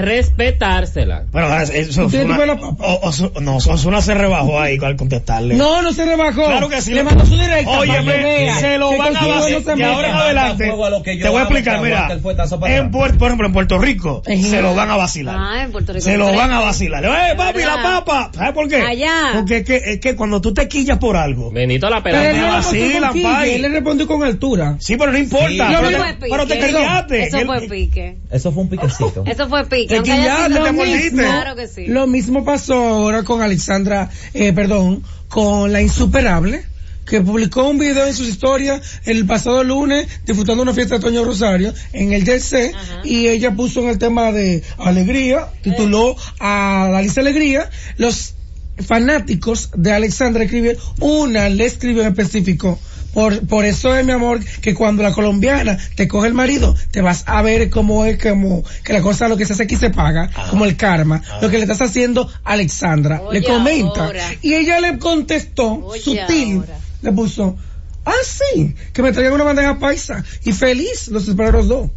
Speaker 6: respetársela.
Speaker 2: Bueno, ahora, eso
Speaker 5: ¿Usted
Speaker 2: Ozuna-
Speaker 5: tuvo la papa?
Speaker 2: O- Ozu- no, Osuna se rebajó ahí al contestarle.
Speaker 5: No, no se rebajó.
Speaker 2: Claro que sí.
Speaker 5: Le mandó su directa. para que
Speaker 2: Oye,
Speaker 5: vea
Speaker 2: se lo
Speaker 5: que
Speaker 2: van a
Speaker 5: contigo
Speaker 2: vaciar.
Speaker 5: no se
Speaker 2: de
Speaker 5: mete.
Speaker 2: ahora en
Speaker 4: Manda
Speaker 2: adelante,
Speaker 4: fuego a lo que yo
Speaker 2: te voy a
Speaker 4: hago, que
Speaker 2: explicar,
Speaker 4: aguanta
Speaker 2: mira.
Speaker 4: el fuetazo para
Speaker 2: En
Speaker 4: adelante.
Speaker 2: Puerto, por ejemplo, en Puerto Rico,
Speaker 5: Ejá.
Speaker 2: se lo van a vacilar.
Speaker 3: Ah, en Puerto Rico
Speaker 2: se lo
Speaker 3: no
Speaker 2: van a
Speaker 3: creen.
Speaker 2: vacilar. ¡Eh, papi,
Speaker 3: ¿Verdad?
Speaker 2: la papa! ¿Sabes por qué?
Speaker 3: Allá.
Speaker 2: Porque es que, es que cuando tú te quillas por algo,
Speaker 6: Benito la
Speaker 5: Pero él
Speaker 2: me
Speaker 6: pela.
Speaker 5: no le respondió
Speaker 2: vacilan,
Speaker 5: con quille,
Speaker 2: pai.
Speaker 5: Él le respondió con altura.
Speaker 2: Sí, pero no importa.
Speaker 4: Sí.
Speaker 2: Pero,
Speaker 5: Yo
Speaker 2: te,
Speaker 5: no-
Speaker 3: fue
Speaker 2: pero te
Speaker 3: pique.
Speaker 2: quillaste.
Speaker 3: eso fue
Speaker 2: Él-
Speaker 3: pique
Speaker 4: Eso fue un piquecito.
Speaker 3: eso fue pique
Speaker 2: Te
Speaker 3: aunque haya
Speaker 2: quillaste,
Speaker 3: sido
Speaker 2: te
Speaker 3: lo mismo.
Speaker 2: mordiste.
Speaker 3: claro que sí
Speaker 5: Lo mismo pasó ahora con Alexandra, eh, perdón, con la insuperable, que publicó un video en sus historias el pasado lunes disfrutando una fiesta de Toño Rosario en el DLC
Speaker 3: Ajá.
Speaker 5: y ella puso en el tema de alegría, tituló
Speaker 3: Eh.
Speaker 5: a Dalisa Alegría, los fanáticos de Alexandra escribieron, una le escribió en específico. Por, por eso es mi amor que cuando la colombiana te coge el marido, te vas a ver cómo es como que la cosa lo que se hace aquí se paga, como el karma, lo que le estás haciendo a Alexandra,
Speaker 3: Oye,
Speaker 5: le comenta.
Speaker 3: ahora.
Speaker 5: Y ella le contestó
Speaker 3: Oye,
Speaker 5: sutil,
Speaker 3: ahora.
Speaker 5: le puso, ah sí, que me traigan una bandeja paisa y feliz los espero a los dos.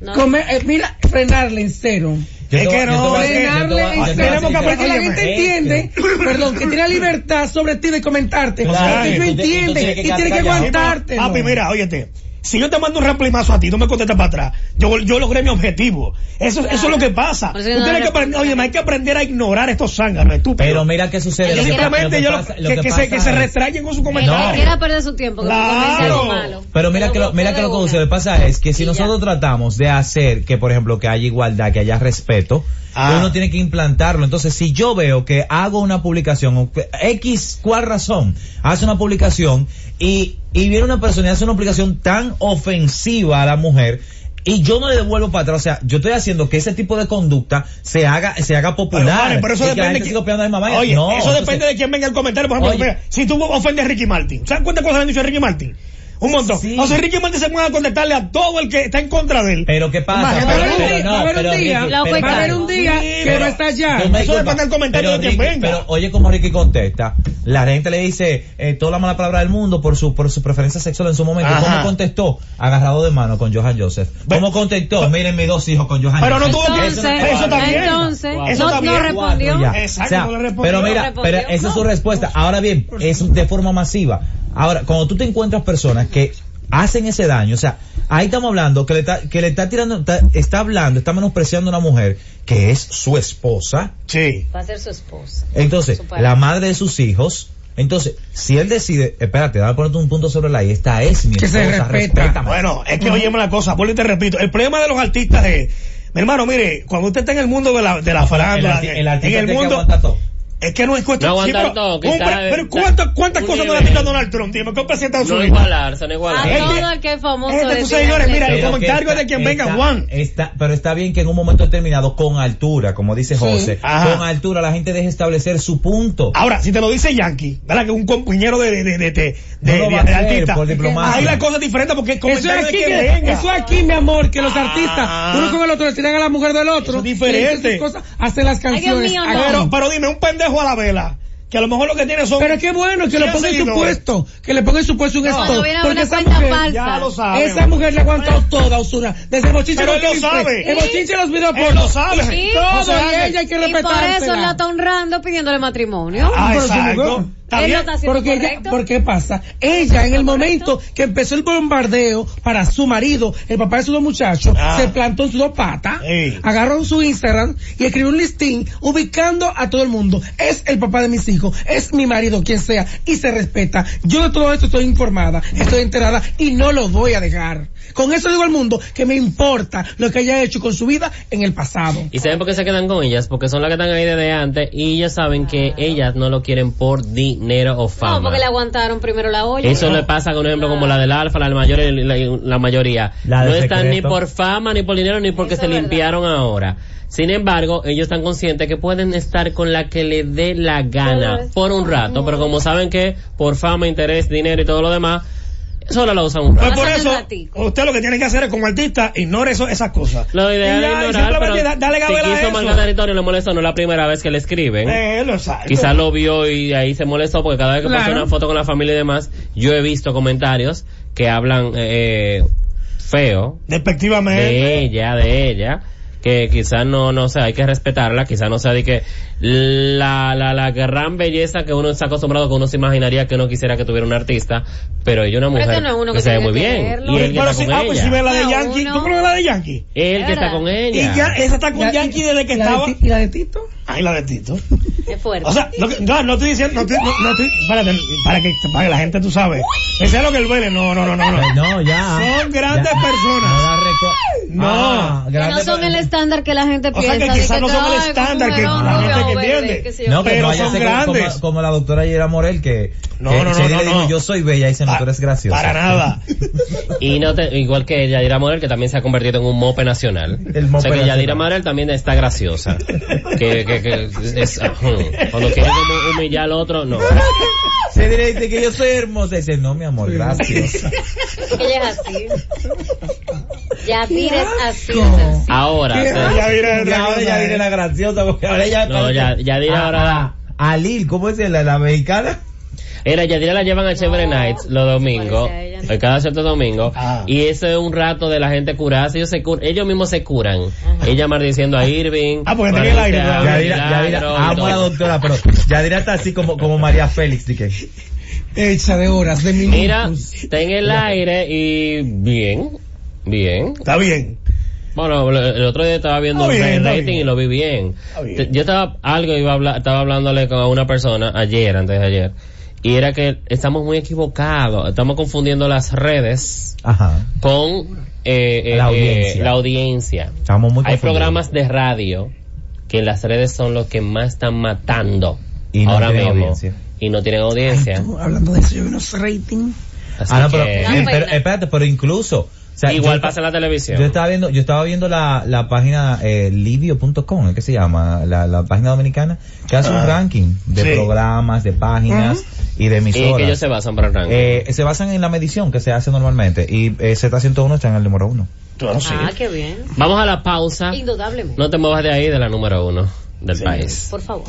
Speaker 3: No.
Speaker 5: Come- eh, mira, frenarle en cero.
Speaker 4: Yo
Speaker 2: Es
Speaker 4: te-
Speaker 2: que
Speaker 4: yo te
Speaker 2: no, eh,
Speaker 4: voy a-
Speaker 2: es
Speaker 4: yo
Speaker 2: que-
Speaker 4: te voy a- yo te voy a-
Speaker 5: Frenarle en cero
Speaker 2: tenemos que
Speaker 5: porque la
Speaker 2: Óyeme,
Speaker 5: gente entiende, perdón, que tiene la libertad sobre ti de comentarte,
Speaker 4: Claro, y
Speaker 5: porque tú
Speaker 4: tú te- y tú
Speaker 5: entiendes
Speaker 4: tienes que
Speaker 5: y tienes que
Speaker 4: callado.
Speaker 5: aguantarte.
Speaker 2: Papi, mira, óyete. Si yo te mando un reprimazo a ti, no me contestas para atrás. Yo, yo logré mi objetivo. Eso, eso es lo que pasa.
Speaker 3: Por
Speaker 2: Tú
Speaker 3: eso no
Speaker 2: tienes que aprender,
Speaker 3: responde.
Speaker 2: oye, hay que aprender a ignorar estos zánganos estúpidos.
Speaker 4: Pero mira qué sucede.
Speaker 2: Yo
Speaker 4: lo que-
Speaker 2: simplemente
Speaker 4: lo
Speaker 2: yo
Speaker 4: que
Speaker 2: lo-
Speaker 4: pasa- lo
Speaker 2: que, que se,
Speaker 4: pasa
Speaker 2: que se
Speaker 4: es-
Speaker 2: retraigan con su
Speaker 3: El que
Speaker 2: comentario.
Speaker 3: quiera perder su tiempo que me comience
Speaker 2: Claro.
Speaker 3: algo malo.
Speaker 4: Pero mira que lo, mira que lo que sucede pasa es que si
Speaker 3: Y ya.
Speaker 4: nosotros tratamos de hacer que, por ejemplo, que haya igualdad, que haya respeto,
Speaker 2: Ah.
Speaker 4: uno tiene que implantarlo. Entonces, si yo veo que hago una publicación, o que- X, ¿cuál razón? Hace una publicación y, y viene una persona y hace una publicación tan ofensiva a la mujer, y yo no le devuelvo para atrás, o sea, yo estoy haciendo que ese tipo de conducta se haga, se haga
Speaker 2: Pero,
Speaker 4: popular.
Speaker 2: vale, pero eso
Speaker 4: y que la
Speaker 2: depende.
Speaker 4: gente siga opinando de misma vaina.
Speaker 2: Oye,
Speaker 4: No,
Speaker 2: eso
Speaker 4: entonces-
Speaker 2: depende de quién venga el comentario. Por ejemplo,
Speaker 4: Oye.
Speaker 2: mira, si tú ofendes a Ricky Martin, ¿sabes cuántas cosas le han dicho a Ricky Martin? Un montón.
Speaker 4: Sí.
Speaker 2: José Enrique Martínez se van a contestarle a todo el que está en contra de él.
Speaker 4: Pero qué pasa?
Speaker 5: Va a haber un
Speaker 4: Pero-
Speaker 5: día-
Speaker 4: no,
Speaker 5: va a haber un
Speaker 4: pero
Speaker 5: día-
Speaker 4: Ricky,
Speaker 3: La
Speaker 4: pero-
Speaker 5: Va a haber un día
Speaker 2: Sí,
Speaker 5: que
Speaker 2: pero-
Speaker 5: va a estar allá.
Speaker 4: Tú me
Speaker 2: Eso
Speaker 4: disculpas,
Speaker 2: depende del comentario
Speaker 4: pero
Speaker 2: de quien
Speaker 4: Ricky-
Speaker 2: venga.
Speaker 4: Pero oye como Ricky contesta. La gente le dice eh, toda la mala palabra del mundo por su, por su preferencia sexual en su momento.
Speaker 2: Ajá.
Speaker 4: ¿Cómo contestó? Agarrado de mano con Johan Joseph.
Speaker 2: Ve-
Speaker 4: ¿Cómo contestó? Miren mis dos hijos con Johan
Speaker 2: Pero no
Speaker 4: Joseph.
Speaker 2: tuvo que...
Speaker 3: Entonces,
Speaker 2: Eso está bien.
Speaker 3: entonces,
Speaker 2: Eso
Speaker 3: no-
Speaker 2: está
Speaker 3: no
Speaker 2: bien.
Speaker 3: respondió.
Speaker 4: Ya.
Speaker 2: Exacto, no le respondió.
Speaker 4: pero
Speaker 3: No
Speaker 4: mira,
Speaker 3: respondió.
Speaker 4: pero esa es su
Speaker 3: No.
Speaker 4: respuesta. Ahora bien, es de forma masiva. Ahora, cuando tú te encuentras personas que hacen ese daño, o sea, ahí estamos hablando que le está, que le está tirando, está, está hablando, está menospreciando a una mujer que es su esposa,
Speaker 2: Sí.
Speaker 3: Va a ser su esposa.
Speaker 4: entonces,
Speaker 3: Su pareja.
Speaker 4: la madre de sus hijos. Entonces, si él decide, espérate, dame a ponerte un punto sobre la I, esta es mi
Speaker 5: Que se
Speaker 4: esposa,
Speaker 5: respeta.
Speaker 4: respétame.
Speaker 2: Bueno, es que oye una cosa, vuelvo y te repito, el problema de los artistas es, mi hermano, mire, cuando usted está en el mundo de la, de la
Speaker 4: el,
Speaker 2: farándula,
Speaker 4: arti- el artista
Speaker 2: en el
Speaker 4: tiene que
Speaker 2: mundo,
Speaker 4: aguantar todo.
Speaker 2: es que no es cuestión
Speaker 6: No aguantar
Speaker 2: pero-
Speaker 6: todo, que
Speaker 2: un
Speaker 6: está-
Speaker 2: pre- pero
Speaker 6: está-
Speaker 2: ¿cuántas, cuántas
Speaker 6: un
Speaker 2: cosas no le
Speaker 6: nivel.
Speaker 2: ha quitado Donald Trump? Dime, ¿qué presidente de Estados
Speaker 6: No
Speaker 2: Unidos?
Speaker 6: igualarse, no
Speaker 3: A
Speaker 6: igualarse.
Speaker 2: Ay,
Speaker 3: todo el que es famoso.
Speaker 2: Este, tus
Speaker 3: decirle
Speaker 2: seguidores, mira,
Speaker 3: que-
Speaker 2: el comentario
Speaker 4: que
Speaker 2: de quien venga,
Speaker 4: está-
Speaker 2: Juan.
Speaker 4: está- pero está bien que en un momento determinado, con altura, como dice José,
Speaker 2: Ajá.
Speaker 4: con altura la gente deje establecer su punto.
Speaker 2: Ahora, si te lo dice Yankee, ¿verdad? Que un compañero de, de, de, de, de,
Speaker 4: No
Speaker 2: de-
Speaker 4: lo
Speaker 2: de-
Speaker 4: va a
Speaker 2: de
Speaker 4: hacer
Speaker 2: artista.
Speaker 4: por diplomacia.
Speaker 2: Ahí la cosa es diferente porque es
Speaker 5: Eso
Speaker 2: comentario
Speaker 5: es,
Speaker 2: de
Speaker 5: aquí,
Speaker 2: quien
Speaker 5: que-
Speaker 2: venga.
Speaker 5: eso es aquí, mi amor, que los artistas,
Speaker 2: Ah.
Speaker 5: uno con el otro, le tiran a la mujer del otro.
Speaker 2: Eso es diferente.
Speaker 5: y esas cosas, hacen las
Speaker 3: Dios
Speaker 5: canciones.
Speaker 3: mío, no.
Speaker 5: aquí.
Speaker 2: este- pero, pero dime, un pendejo a la vela, que a lo mejor lo que tiene son...
Speaker 5: Pero qué bueno que
Speaker 2: cien
Speaker 5: lo ponga en su
Speaker 2: seguidores.
Speaker 5: puesto, que le ponga en su puesto un
Speaker 3: Cuando
Speaker 5: stop.
Speaker 3: viene a
Speaker 5: Porque
Speaker 3: una
Speaker 5: esa
Speaker 3: cuenta
Speaker 5: mujer,
Speaker 3: falsa.
Speaker 2: Ya lo sabe.
Speaker 5: esa mujer le ha aguantado toda, Osuna. Desde el bochinche
Speaker 2: Pero él
Speaker 5: que
Speaker 2: lo
Speaker 5: hizo,
Speaker 2: sabe.
Speaker 5: El bochinche los videos
Speaker 3: pues,
Speaker 2: Él lo sabe.
Speaker 3: Sí.
Speaker 5: Todo,
Speaker 2: José
Speaker 5: y
Speaker 2: Ángel.
Speaker 5: ella hay que
Speaker 3: Y por eso la
Speaker 5: respetársela.
Speaker 3: está honrando pidiéndole matrimonio.
Speaker 2: Ah,
Speaker 5: Pero si
Speaker 2: exacto.
Speaker 5: no-
Speaker 2: Está
Speaker 3: Él
Speaker 2: bien.
Speaker 3: no está haciendo
Speaker 5: Porque ella,
Speaker 3: correcto.
Speaker 5: porque pasa, ella en
Speaker 3: ¿Correcto?
Speaker 5: el momento que empezó el bombardeo para su marido, el papá de sus dos muchachos,
Speaker 2: Ah.
Speaker 5: se plantó en sus dos patas,
Speaker 2: Sí.
Speaker 5: agarró su Instagram y escribió un listín ubicando a todo el mundo. Es el papá de mis hijos, es mi marido, quien sea, y se respeta. Yo de todo esto estoy informada, estoy enterada y no lo voy a dejar. Con eso digo al mundo que me importa lo que haya hecho con su vida en el pasado.
Speaker 6: ¿Y saben por qué se quedan con ellas? Porque son las que están ahí desde antes y ellas saben que ellas no lo quieren por dinero o fama.
Speaker 3: No, porque le aguantaron primero la olla.
Speaker 6: Eso le pasa, por ejemplo, como la del Alfa, la del mayor, y la, la mayoría.
Speaker 4: La de
Speaker 6: no están ni
Speaker 4: secreto.
Speaker 6: por fama, ni por dinero, ni porque
Speaker 3: Eso
Speaker 6: se
Speaker 3: es verdad.
Speaker 6: limpiaron ahora. Sin embargo, ellos están conscientes que pueden estar con la que le dé la gana
Speaker 3: Pero es-
Speaker 6: por un rato, pero como saben que por fama, interés, dinero y todo lo demás, solo la usan un
Speaker 2: Pues
Speaker 6: rato.
Speaker 2: por
Speaker 3: Pásame
Speaker 2: eso,
Speaker 3: el ratico.
Speaker 2: usted lo que tiene que hacer es como artista, ignore eso, esas cosas.
Speaker 6: Lo ideal
Speaker 2: Y ya, y
Speaker 6: es ignorar,
Speaker 2: simplemente
Speaker 6: pero
Speaker 2: da- dale
Speaker 6: si
Speaker 2: gabela
Speaker 6: quiso
Speaker 2: a
Speaker 6: mandar
Speaker 2: eso.
Speaker 6: territorio y le molestó, no es la primera vez que le escriben.
Speaker 2: Eh, lo sabe.
Speaker 6: Quizás lo vio y ahí se molestó porque cada vez que pasa
Speaker 5: Claro.
Speaker 6: una foto con la familia y demás, yo he visto comentarios que hablan eh, eh, feo
Speaker 2: Despectivamente.
Speaker 6: de ella, de ella, que quizás no, no sé, hay que respetarla, quizás no sea de que la, la, la gran belleza que uno está acostumbrado, que uno se imaginaría que no quisiera que tuviera un artista, pero ella es una
Speaker 3: Pero
Speaker 6: mujer
Speaker 3: que no es uno que
Speaker 6: se ve
Speaker 3: tiene
Speaker 6: muy
Speaker 3: que
Speaker 6: bien.
Speaker 3: quererlo.
Speaker 6: Y
Speaker 2: Pero,
Speaker 6: él que
Speaker 2: pero
Speaker 6: está
Speaker 2: si,
Speaker 6: con
Speaker 2: ah, pues si
Speaker 6: ella.
Speaker 2: ve la de
Speaker 3: No,
Speaker 2: Yankee,
Speaker 3: uno.
Speaker 2: ¿tú crees la de Yankee?
Speaker 6: Él que está
Speaker 3: Era.
Speaker 6: con
Speaker 2: Y
Speaker 6: ella.
Speaker 2: ya, esa está con
Speaker 5: La-
Speaker 2: Yankee desde que
Speaker 5: ¿Y la de
Speaker 2: estaba.
Speaker 5: Ti- ¿Y la de Tito?
Speaker 2: Ay, la de Tito.
Speaker 3: Es fuerte.
Speaker 2: O sea, lo que- no, no estoy diciendo, no estoy, no, no estoy, espérate, para que, para que la gente tú sabes. Ese es lo que él vele, no, no, no, no,
Speaker 4: Pues
Speaker 2: no.
Speaker 4: no, ya.
Speaker 2: Son grandes personas.
Speaker 4: No, la reco-
Speaker 2: No.
Speaker 4: Ah,
Speaker 3: que no
Speaker 4: grandes
Speaker 3: son
Speaker 4: per-
Speaker 3: el estándar que la gente
Speaker 2: O
Speaker 3: piensa.
Speaker 2: sea, que
Speaker 3: de
Speaker 2: quizás no son el
Speaker 3: ay, un
Speaker 2: estándar que
Speaker 3: mujerón,
Speaker 2: la gente
Speaker 3: rubio,
Speaker 2: que
Speaker 3: verde,
Speaker 2: entiende.
Speaker 3: qué sé yo.
Speaker 4: No, que
Speaker 2: Pero
Speaker 4: no vaya a
Speaker 2: son
Speaker 4: ser como-
Speaker 2: grandes.
Speaker 4: Como, como la doctora Yera Morel que,
Speaker 2: No,
Speaker 4: que
Speaker 2: no, no,
Speaker 4: Sheila
Speaker 2: no,
Speaker 4: le dijo,
Speaker 2: no.
Speaker 4: yo soy bella y dice, no,
Speaker 2: Pa-
Speaker 4: tú eres graciosa.
Speaker 2: Para nada.
Speaker 6: Y no te- igual que Yadira Morel, que también se ha convertido en un mope nacional.
Speaker 4: *laughs* El mope
Speaker 6: o sea que Yadira
Speaker 4: nacional.
Speaker 6: Morel también está graciosa. que, que, que es- ah, *laughs* cuando quiere como humillar al otro, no.
Speaker 4: *laughs* Se dirá, dice que yo soy hermosa. Y dice, no, mi amor,
Speaker 2: *laughs*
Speaker 4: gracias.
Speaker 3: *laughs* Ella es así. Ya tires así. de sencilla.
Speaker 6: Ahora, te-
Speaker 2: ya diré
Speaker 4: Y
Speaker 2: otra
Speaker 4: ahora
Speaker 2: cosa,
Speaker 4: ya
Speaker 2: eh.
Speaker 4: viene la graciosa, porque ahora ya...
Speaker 6: No, ya- ya diré
Speaker 4: Ah,
Speaker 6: ahora la-
Speaker 4: ah, Alil, ¿cómo es la, la mexicana?
Speaker 6: Era, Yadira la llevan a Chevrolet Nights los domingos,
Speaker 3: parece a ella, no.
Speaker 6: eh, cada cierto domingo,
Speaker 2: Ah.
Speaker 6: y eso es un rato de la gente curarse, ellos se cur- ellos mismos se curan. Ella maldiciendo a Irving.
Speaker 2: Ah, porque tenía el aire
Speaker 6: maldiciendo a
Speaker 2: todavía.
Speaker 4: Yadira, Yadira,
Speaker 6: Milagro,
Speaker 2: Ah,
Speaker 4: amo a la
Speaker 6: todo.
Speaker 4: doctora, pero Yadira está así como, como María Félix, dije.
Speaker 5: Hecha de horas, de minutos.
Speaker 6: Mira, está en el aire y bien, bien.
Speaker 2: Está bien.
Speaker 6: Bueno, lo- el otro día estaba viendo
Speaker 2: Está bien,
Speaker 6: el
Speaker 2: está
Speaker 6: rating
Speaker 2: bien.
Speaker 6: y lo vi bien.
Speaker 2: Está bien.
Speaker 6: Te- Yo estaba, algo iba a hablar, estaba hablándole con una persona ayer, antes de ayer, y era que estamos muy equivocados, estamos confundiendo las redes
Speaker 4: Ajá.
Speaker 6: con eh, eh,
Speaker 4: La
Speaker 6: eh,
Speaker 4: audiencia.
Speaker 6: la audiencia.
Speaker 4: Estamos muy
Speaker 6: Hay
Speaker 4: confundidos.
Speaker 6: programas de radio que las redes son los que más están matando
Speaker 4: Y no
Speaker 6: ahora
Speaker 4: tienen
Speaker 6: mismo
Speaker 4: audiencia.
Speaker 6: y no tienen audiencia.
Speaker 5: Hablando de eso, yo vi unos ratings.
Speaker 6: Así
Speaker 4: Ah, no, pero,
Speaker 6: que-
Speaker 4: eh, pero- espérate, pero incluso sea,
Speaker 6: Igual
Speaker 4: yo-
Speaker 6: pasa en la televisión.
Speaker 4: Yo estaba viendo, yo estaba viendo la, la página eh, libio.com, ¿eh? ¿qué se llama? La, la página dominicana, que hace un ranking de
Speaker 2: Ah. Sí.
Speaker 4: programas, de páginas y de
Speaker 6: y es que ellos
Speaker 4: emisoras.
Speaker 6: se basan para el ranking.
Speaker 4: Eh, se basan en la medición que se hace normalmente y eh, Z101 está en el número uno.
Speaker 2: Claro, sí.
Speaker 3: Ah, qué bien.
Speaker 6: Vamos a la pausa.
Speaker 3: Indudablemente.
Speaker 6: No te muevas de ahí de la número uno del país.
Speaker 3: Por favor.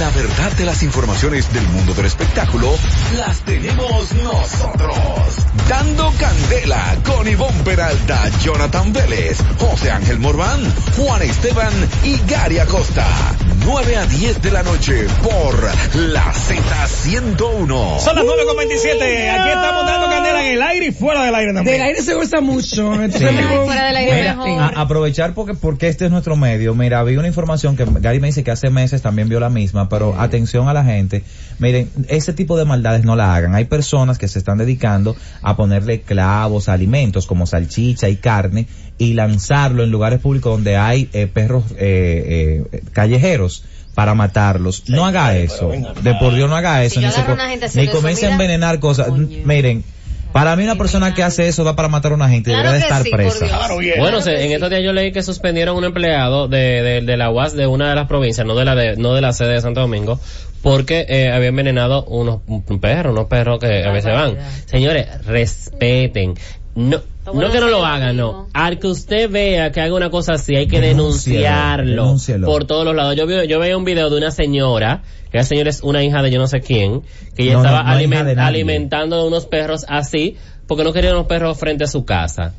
Speaker 1: La verdad de las informaciones del mundo del espectáculo las tenemos nosotros. Dando candela con Ivonne Peralta, Jonathan Vélez, José Ángel Morván, Juan Esteban y Gary Acosta. 9 a 10 de la noche por la Z101.
Speaker 2: Son las 9.27. Aquí estamos dando candela en el aire y fuera del aire también.
Speaker 5: Del aire se goza mucho. Entonces,
Speaker 4: Sí.
Speaker 5: amigo,
Speaker 3: Fuera del aire
Speaker 5: fuerte.
Speaker 3: mejor.
Speaker 4: A- aprovechar porque porque este es nuestro medio. Mira, vi una información que Gary me dice que hace meses también vio la misma, pero atención a la gente. Miren, ese tipo de maldades no la hagan. Hay personas que se están dedicando a ponerle clavos, a alimentos como salchicha y carne y lanzarlo en lugares públicos donde hay eh, perros eh, eh, callejeros para matarlos. No haga eso. De por Dios no haga eso.
Speaker 3: yo
Speaker 4: ni se
Speaker 3: agarro
Speaker 4: co-
Speaker 3: una gente
Speaker 4: ni
Speaker 3: haciendo eso,
Speaker 4: comience a
Speaker 3: mira.
Speaker 4: envenenar cosas.
Speaker 3: Oye.
Speaker 4: Miren, para mí una persona que hace eso da para matar a una gente y
Speaker 3: Claro
Speaker 4: debe de
Speaker 3: que
Speaker 4: estar
Speaker 3: sí, por
Speaker 4: presa.
Speaker 3: Dios.
Speaker 2: Claro, bien.
Speaker 6: Bueno,
Speaker 3: Claro
Speaker 6: se-
Speaker 3: que
Speaker 6: en
Speaker 3: sí.
Speaker 6: estos días yo leí que suspendieron un empleado de, de, de la UAS de una de las provincias, no de la de, no de la sede de Santo Domingo, porque eh, había envenenado unos un perro, unos perros que a veces van.
Speaker 3: barbaridad.
Speaker 6: Señores, respeten. No,
Speaker 3: bueno
Speaker 6: no que no lo
Speaker 3: ser
Speaker 6: hagan, no.
Speaker 3: amigo.
Speaker 6: Al que usted vea que haga una cosa así, hay que
Speaker 4: Denúncielo,
Speaker 6: denunciarlo
Speaker 4: denúncielo.
Speaker 6: por todos los lados. Yo vi, yo veía un video de una señora, que la señora es una hija de yo no sé quién, que ella
Speaker 4: No, no,
Speaker 6: estaba
Speaker 4: no hija
Speaker 6: alimen-
Speaker 4: de nadie.
Speaker 6: alimentando a unos perros así, porque no quería unos perros frente a su casa.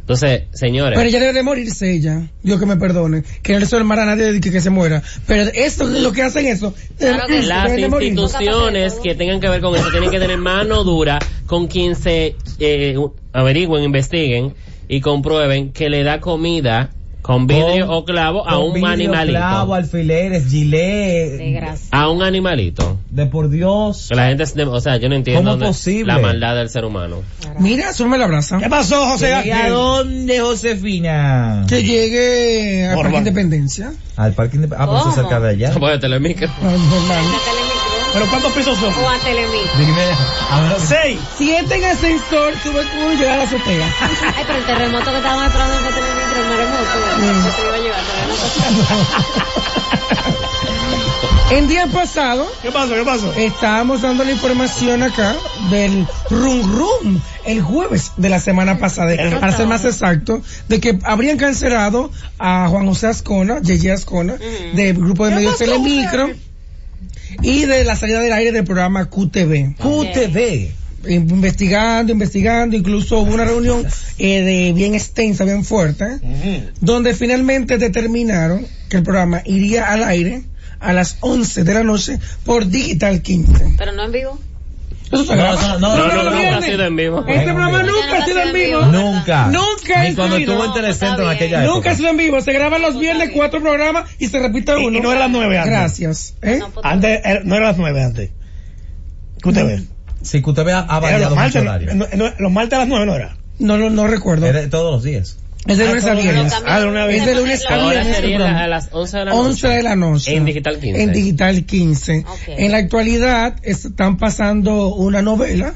Speaker 6: Entonces, señores,
Speaker 5: Pero ella debe de morirse ella. Dios que me perdone. Que no le soy a nadie de que, que se muera. Pero esto, lo que hacen eso.
Speaker 3: Claro que
Speaker 5: eh,
Speaker 3: sí.
Speaker 6: las
Speaker 5: deben de morir.
Speaker 6: instituciones que tengan que ver con eso tienen que tener mano dura con quien se eh, averigüen, investiguen y comprueben que le da comida con vidrio
Speaker 4: Con-
Speaker 6: o clavo a
Speaker 4: con
Speaker 6: un
Speaker 4: vidrio,
Speaker 6: animalito.
Speaker 4: Clavo, alfileres, gilet.
Speaker 3: Desgracia.
Speaker 6: A un animalito.
Speaker 4: De por Dios.
Speaker 6: Que La gente, es de- o sea, yo no entiendo
Speaker 4: ¿Cómo
Speaker 6: dónde-
Speaker 4: posible?
Speaker 6: la maldad del ser humano.
Speaker 5: Mira, súbeme la brasa.
Speaker 2: ¿Qué pasó, José
Speaker 4: ¿Y a
Speaker 2: Ángel?
Speaker 4: dónde, Josefina?
Speaker 5: Que llegue a
Speaker 2: Por
Speaker 5: Parque
Speaker 2: favor.
Speaker 5: Independencia.
Speaker 4: Ah. Al parque de... Ah, pero eso
Speaker 3: ¿Cómo?
Speaker 4: es cerca de
Speaker 6: *laughs*
Speaker 4: allá.
Speaker 6: Voy a telemicro.
Speaker 5: No, normal.
Speaker 3: ¿A Telemicro
Speaker 2: ¿Pero cuántos pisos son?
Speaker 3: o a Telemicro?
Speaker 4: Dime, a menos que-
Speaker 2: Seis.
Speaker 5: Siete en ascensor, tuve que llegar a la azotea.
Speaker 3: Ay, pero el terremoto que estábamos esperando fue Telemicro, el
Speaker 2: Mm.
Speaker 3: maremoto. que se iba a llevar, todavía no pasa.
Speaker 5: En día pasado,
Speaker 2: ¿Qué pasó? ¿Qué pasó?
Speaker 5: estábamos dando la información acá del rum rum el jueves de la semana pasada, para ser más exacto, de que habrían cancelado a Juan José Ascona, Yeye Ascona, del grupo de medios Telemicro y de la salida del aire del programa QTV.
Speaker 4: QTV.
Speaker 5: investigando, investigando, incluso hubo una reunión eh, de bien extensa, bien fuerte, donde finalmente determinaron que el programa iría al aire a las 11 de la noche por Digital 15.
Speaker 3: Pero no en vivo.
Speaker 5: Eso se
Speaker 4: No,
Speaker 5: graba.
Speaker 4: eso
Speaker 6: No,
Speaker 4: no,
Speaker 6: no,
Speaker 4: no,
Speaker 6: no,
Speaker 5: no, no,
Speaker 6: nunca ha
Speaker 5: viene.
Speaker 6: sido en vivo.
Speaker 5: Este programa
Speaker 3: Ya no
Speaker 5: nunca
Speaker 3: va
Speaker 5: ha
Speaker 3: a
Speaker 5: sido
Speaker 3: ser
Speaker 5: en vivo.
Speaker 3: en vivo.
Speaker 4: Nunca.
Speaker 5: Nunca
Speaker 4: Ni
Speaker 5: he
Speaker 4: cuando
Speaker 5: sido.
Speaker 4: estuvo en
Speaker 3: No,
Speaker 4: Telecentro en
Speaker 3: está
Speaker 4: aquella
Speaker 3: bien.
Speaker 4: época.
Speaker 5: Nunca ha sido en vivo. Se graban los viernes cuatro programas y se repite
Speaker 2: Y-
Speaker 5: uno.
Speaker 2: y no eran nueve antes.
Speaker 5: Gracias. ¿Eh?
Speaker 3: No, pues,
Speaker 2: Antes, era- no eran las nueve antes. ¿Qué usted ve?
Speaker 4: Sí, QTV ha, ha
Speaker 2: Era
Speaker 4: variado
Speaker 2: los,
Speaker 4: mucho
Speaker 2: martes,
Speaker 4: horario.
Speaker 2: no- no- los martes a las nueve no era.
Speaker 5: No, lo- no recuerdo.
Speaker 4: Era de todos los días.
Speaker 5: Es de lunes a
Speaker 3: Pero lo
Speaker 5: viernes.
Speaker 3: cambiaron.
Speaker 2: Ah, de una vez.
Speaker 5: Es de lunes a
Speaker 6: Ahora
Speaker 5: viernes. este
Speaker 6: sería
Speaker 5: programa.
Speaker 6: a las 11 de la noche.
Speaker 5: 11 de la noche.
Speaker 6: En Digital 15.
Speaker 5: En Digital 15.
Speaker 3: Ok.
Speaker 5: En la actualidad están pasando una novela,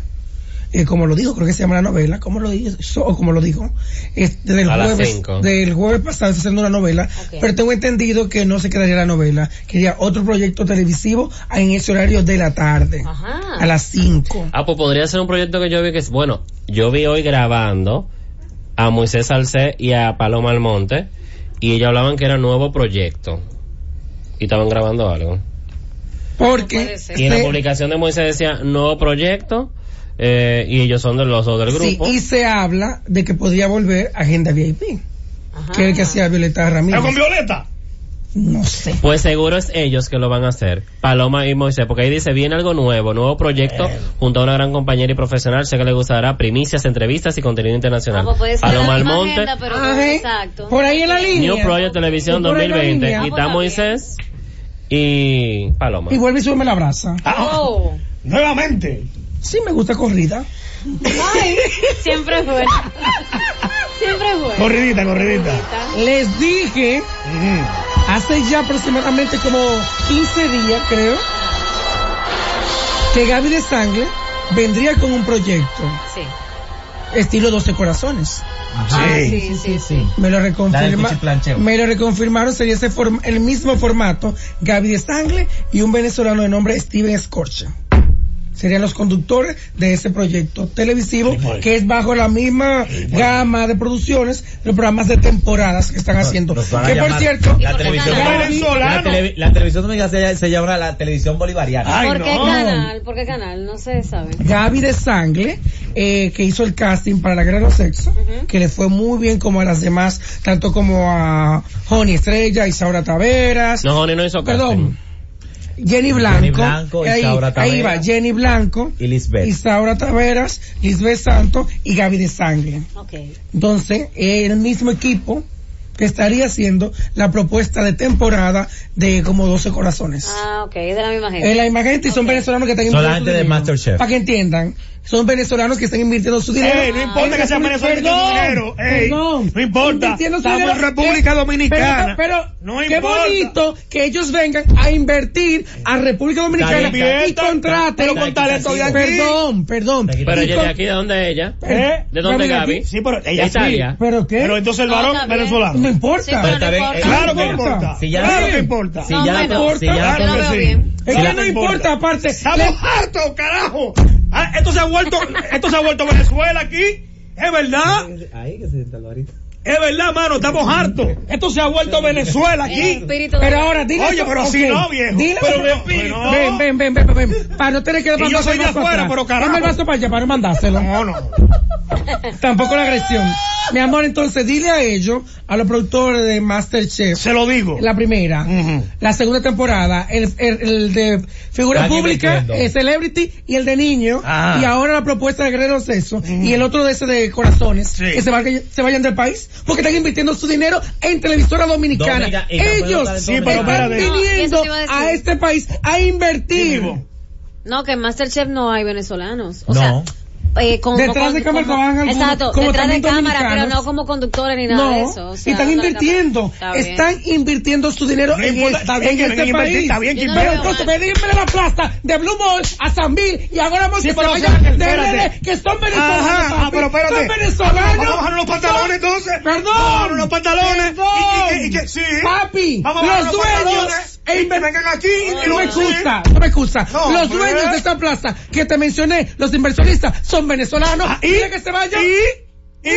Speaker 5: eh, como lo dijo, creo que se llama la novela, como lo dijo, o como lo dijo, este, del
Speaker 6: A las
Speaker 5: jueves,
Speaker 6: cinco.
Speaker 5: del jueves pasado está haciendo una novela,
Speaker 3: Ok.
Speaker 5: pero tengo entendido que no se quedaría la novela, quería otro proyecto televisivo en ese horario de la tarde,
Speaker 3: Ajá.
Speaker 5: a las 5.
Speaker 6: Ah, pues podría ser un proyecto que yo vi que es, bueno, yo vi hoy grabando a Moisés Salcé y a Paloma Almonte y ellos hablaban que era nuevo proyecto y estaban grabando algo.
Speaker 3: No
Speaker 5: Porque
Speaker 3: puede ser.
Speaker 6: Y en la
Speaker 5: se-
Speaker 6: publicación de Moisés decía nuevo proyecto eh, y ellos son de los dos del
Speaker 5: sí,
Speaker 6: grupo.
Speaker 5: y se habla de que podría volver Agenda VIP,
Speaker 3: Ajá.
Speaker 5: que es el que hacía Violeta
Speaker 2: ¿Pero con
Speaker 5: Ramírez.
Speaker 2: Violeta?
Speaker 5: No sé.
Speaker 6: Pues seguro es ellos que lo van a hacer, Paloma y Moisés, porque ahí dice, viene algo nuevo, nuevo proyecto, junto a una gran compañera y profesional, sé que le gustará primicias, entrevistas y contenido
Speaker 3: Ah,
Speaker 6: internacional.
Speaker 3: pues puede ser
Speaker 6: Paloma
Speaker 3: la misma
Speaker 6: Almonte,
Speaker 3: agenda, pero
Speaker 5: Ajá.
Speaker 3: exacto.
Speaker 5: Por ahí en la línea.
Speaker 6: New Project Televisión
Speaker 5: Por ahí la
Speaker 6: 2020,
Speaker 5: línea.
Speaker 6: y
Speaker 3: Ah, pues
Speaker 6: está
Speaker 3: está bien.
Speaker 6: Moisés y Paloma.
Speaker 5: Y vuelve y sube la brasa.
Speaker 3: Oh.
Speaker 2: Nuevamente.
Speaker 5: Sí, me gusta corrida.
Speaker 3: Ay, siempre es bueno. Siempre es bueno.
Speaker 2: Corridita, corridita.
Speaker 5: Les dije
Speaker 2: Ujú.
Speaker 5: hace ya aproximadamente como 15 días, creo, que Gaby de Sangre vendría con un proyecto
Speaker 3: Sí.
Speaker 5: estilo 12 corazones.
Speaker 3: Ah,
Speaker 2: Sí.
Speaker 3: sí, sí, sí.
Speaker 5: Me lo
Speaker 4: La del
Speaker 5: reconfirma,
Speaker 4: cuchiplancheo.
Speaker 5: me lo reconfirmaron, sería ese form- el mismo formato, Gaby de Stangle y un venezolano de nombre Steven Scorcha. Serían los conductores de ese proyecto televisivo
Speaker 2: Ay, madre.
Speaker 5: que es bajo la misma gama de producciones, de programas de temporadas que están haciendo.
Speaker 4: Nos van a
Speaker 5: Que por
Speaker 4: llamar
Speaker 5: cierto,
Speaker 4: la televisión,
Speaker 3: Gaby-
Speaker 4: la,
Speaker 2: Venezolano.
Speaker 4: televi- la televisión dominicana se, se llama la televisión bolivariana.
Speaker 2: Ay,
Speaker 3: ¿Por qué
Speaker 2: no.
Speaker 3: canal? ¿Por qué canal? No se sabe.
Speaker 5: Gaby de Sangle, eh, que hizo el casting para la guerra de los sexos,
Speaker 3: Ujú.
Speaker 5: que le fue muy bien como a las demás, tanto como a Joni Estrella, Isaura Taveras,
Speaker 6: No, Joni no hizo casting.
Speaker 5: Perdón. Jenny Blanco.
Speaker 4: Blanco,
Speaker 5: ahí,
Speaker 4: Isaura
Speaker 5: ahí
Speaker 4: Taveras.
Speaker 5: va, Jenny Blanco,
Speaker 4: Y Lisbeth.
Speaker 5: Isaura Taveras, Lisbeth Santos y Gaby de Sangre.
Speaker 3: Ok.
Speaker 5: Entonces, eh, el mismo equipo que estaría haciendo la propuesta de temporada de como 12 corazones.
Speaker 3: Ah, ok, es de la misma gente.
Speaker 5: Es la imagen y son venezolanos que están
Speaker 4: Son la gente
Speaker 5: invirtiendo su
Speaker 4: de
Speaker 5: dinero.
Speaker 4: Masterchef.
Speaker 5: Para que entiendan, son venezolanos que están invirtiendo su dinero.
Speaker 2: Ey, no importa que sean venezolanos que tengan dinero. Ey,
Speaker 5: perdón.
Speaker 2: no importa.
Speaker 5: Invirtiendo su
Speaker 2: Estamos en
Speaker 5: dinero.
Speaker 2: República
Speaker 5: Eh,
Speaker 2: Dominicana.
Speaker 5: Pero, pero
Speaker 2: No
Speaker 5: qué
Speaker 2: importa.
Speaker 5: bonito que ellos vengan a invertir a República Dominicana
Speaker 4: Está bien,
Speaker 5: y
Speaker 2: está-
Speaker 5: contraten.
Speaker 2: pero con talento de aquí.
Speaker 5: Perdón, perdón.
Speaker 4: Está
Speaker 6: Pero
Speaker 5: Y
Speaker 6: ella
Speaker 5: con-
Speaker 6: de aquí, ¿de dónde es ella?
Speaker 2: ¿Eh?
Speaker 6: ¿De dónde Gaby?
Speaker 2: Sí, pero ella
Speaker 6: De
Speaker 2: sí.
Speaker 6: Italia.
Speaker 5: ¿Pero qué?
Speaker 2: Pero entonces el
Speaker 3: No,
Speaker 2: varón
Speaker 3: está bien.
Speaker 2: venezolano.
Speaker 5: no
Speaker 3: Sí,
Speaker 5: importa.
Speaker 3: pero
Speaker 4: Está
Speaker 3: no
Speaker 4: bien,
Speaker 3: importa.
Speaker 4: eh,
Speaker 2: Claro que
Speaker 5: No
Speaker 2: importa.
Speaker 5: importa.
Speaker 4: Si ya-
Speaker 2: claro que
Speaker 5: Sí.
Speaker 2: importa.
Speaker 4: Si
Speaker 3: No,
Speaker 4: ya,
Speaker 3: bueno.
Speaker 4: con- si ya
Speaker 3: Claro
Speaker 4: con-
Speaker 3: que
Speaker 2: que
Speaker 3: veo
Speaker 2: sí.
Speaker 3: bien.
Speaker 5: Es que
Speaker 2: Claro
Speaker 5: no
Speaker 2: que
Speaker 5: importa, aparte.
Speaker 2: Estamos hartos, carajo. Ah, esto se ha vuelto, esto se ha vuelto Venezuela aquí. Es verdad,
Speaker 4: Ahí que se sienta el varito.
Speaker 2: es verdad, mano, estamos hartos. Esto se ha vuelto Venezuela
Speaker 3: El
Speaker 2: aquí.
Speaker 3: espíritu
Speaker 5: Pero
Speaker 3: de-
Speaker 5: ahora dile
Speaker 2: Oye, pero si
Speaker 5: ok,
Speaker 2: no, viejo.
Speaker 5: dile-
Speaker 2: Pero de espíritu.
Speaker 5: Ven, ven, ven, ven, ven, ven. Para no tener que dar
Speaker 2: Y yo soy
Speaker 5: el
Speaker 2: de
Speaker 5: vaso
Speaker 2: afuera,
Speaker 5: atrás.
Speaker 2: pero carajo.
Speaker 5: Dame el vaso para allá, para no mandárselo.
Speaker 2: No, no.
Speaker 5: *laughs* Tampoco la agresión. Mi amor, entonces dile a ellos, a los productores de Masterchef,
Speaker 2: Se lo digo.
Speaker 5: la primera,
Speaker 2: Ujú.
Speaker 5: la segunda temporada, el, el- el de figura
Speaker 4: Están
Speaker 5: pública,
Speaker 4: invirtiendo.
Speaker 5: el celebrity y el de niño,
Speaker 2: Ah.
Speaker 5: y ahora la propuesta de Guerrero Sexo y el otro de ese de corazones,
Speaker 2: Sí.
Speaker 5: que se, vayan- se vayan del país, porque están invirtiendo su dinero en televisora dominicana.
Speaker 4: Dominica- y campeonato
Speaker 5: ellos
Speaker 4: de
Speaker 2: Sí, pero
Speaker 5: están
Speaker 2: espérate.
Speaker 3: No, eso
Speaker 5: viniendo
Speaker 3: te iba a decir.
Speaker 5: a este país a invertir.
Speaker 3: No, que en Masterchef no hay venezolanos. O
Speaker 4: No.
Speaker 3: sea, eh, como-
Speaker 5: Detrás
Speaker 3: como-
Speaker 5: de cámara
Speaker 3: como-
Speaker 5: trabajan algunos,
Speaker 3: Exacto,
Speaker 5: como
Speaker 3: detrás de
Speaker 5: también
Speaker 3: cámara, pero
Speaker 5: dominicanos.
Speaker 3: no como conductores ni nada de
Speaker 5: este No,
Speaker 3: eso. o sea,
Speaker 5: y están
Speaker 3: no, no,
Speaker 5: invirtiendo,
Speaker 3: está bien.
Speaker 5: están invirtiendo su dinero
Speaker 2: No
Speaker 5: en,
Speaker 2: importa,
Speaker 5: esta-
Speaker 2: bien
Speaker 5: en
Speaker 2: que
Speaker 5: este
Speaker 2: vengan a invertir,
Speaker 5: país.
Speaker 2: está bien que
Speaker 3: Yo no
Speaker 5: Pero
Speaker 3: veo
Speaker 5: entonces
Speaker 3: mal.
Speaker 5: venirme la plaza de Blue Mall a San Bill y ahora vamos
Speaker 2: Sí,
Speaker 5: a que se
Speaker 2: pero
Speaker 5: vayan de
Speaker 2: espérate, espérate.
Speaker 5: RD, que son venezolanos.
Speaker 2: Ajá, ah,
Speaker 5: papi,
Speaker 2: pero espérate.
Speaker 5: Son venezolanos.
Speaker 2: Vamos a bajar los pantalones entonces.
Speaker 5: Perdón.
Speaker 2: Vamos a bajar los pantalones.
Speaker 5: Perdón.
Speaker 2: ¿Y, y, y, y, que- sí.
Speaker 5: Papi,
Speaker 2: Vamos a bajar
Speaker 5: los
Speaker 2: pantalones
Speaker 5: dueños.
Speaker 2: y que vengan aquí y
Speaker 5: No
Speaker 2: lo
Speaker 5: me
Speaker 2: sí.
Speaker 5: excusa, no me excusa.
Speaker 2: No,
Speaker 5: los
Speaker 2: hombre.
Speaker 5: dueños de esta plaza que te mencioné, los inversionistas, son venezolanos.
Speaker 2: Ah,
Speaker 5: y
Speaker 2: y
Speaker 5: que se vayan.
Speaker 2: Y, y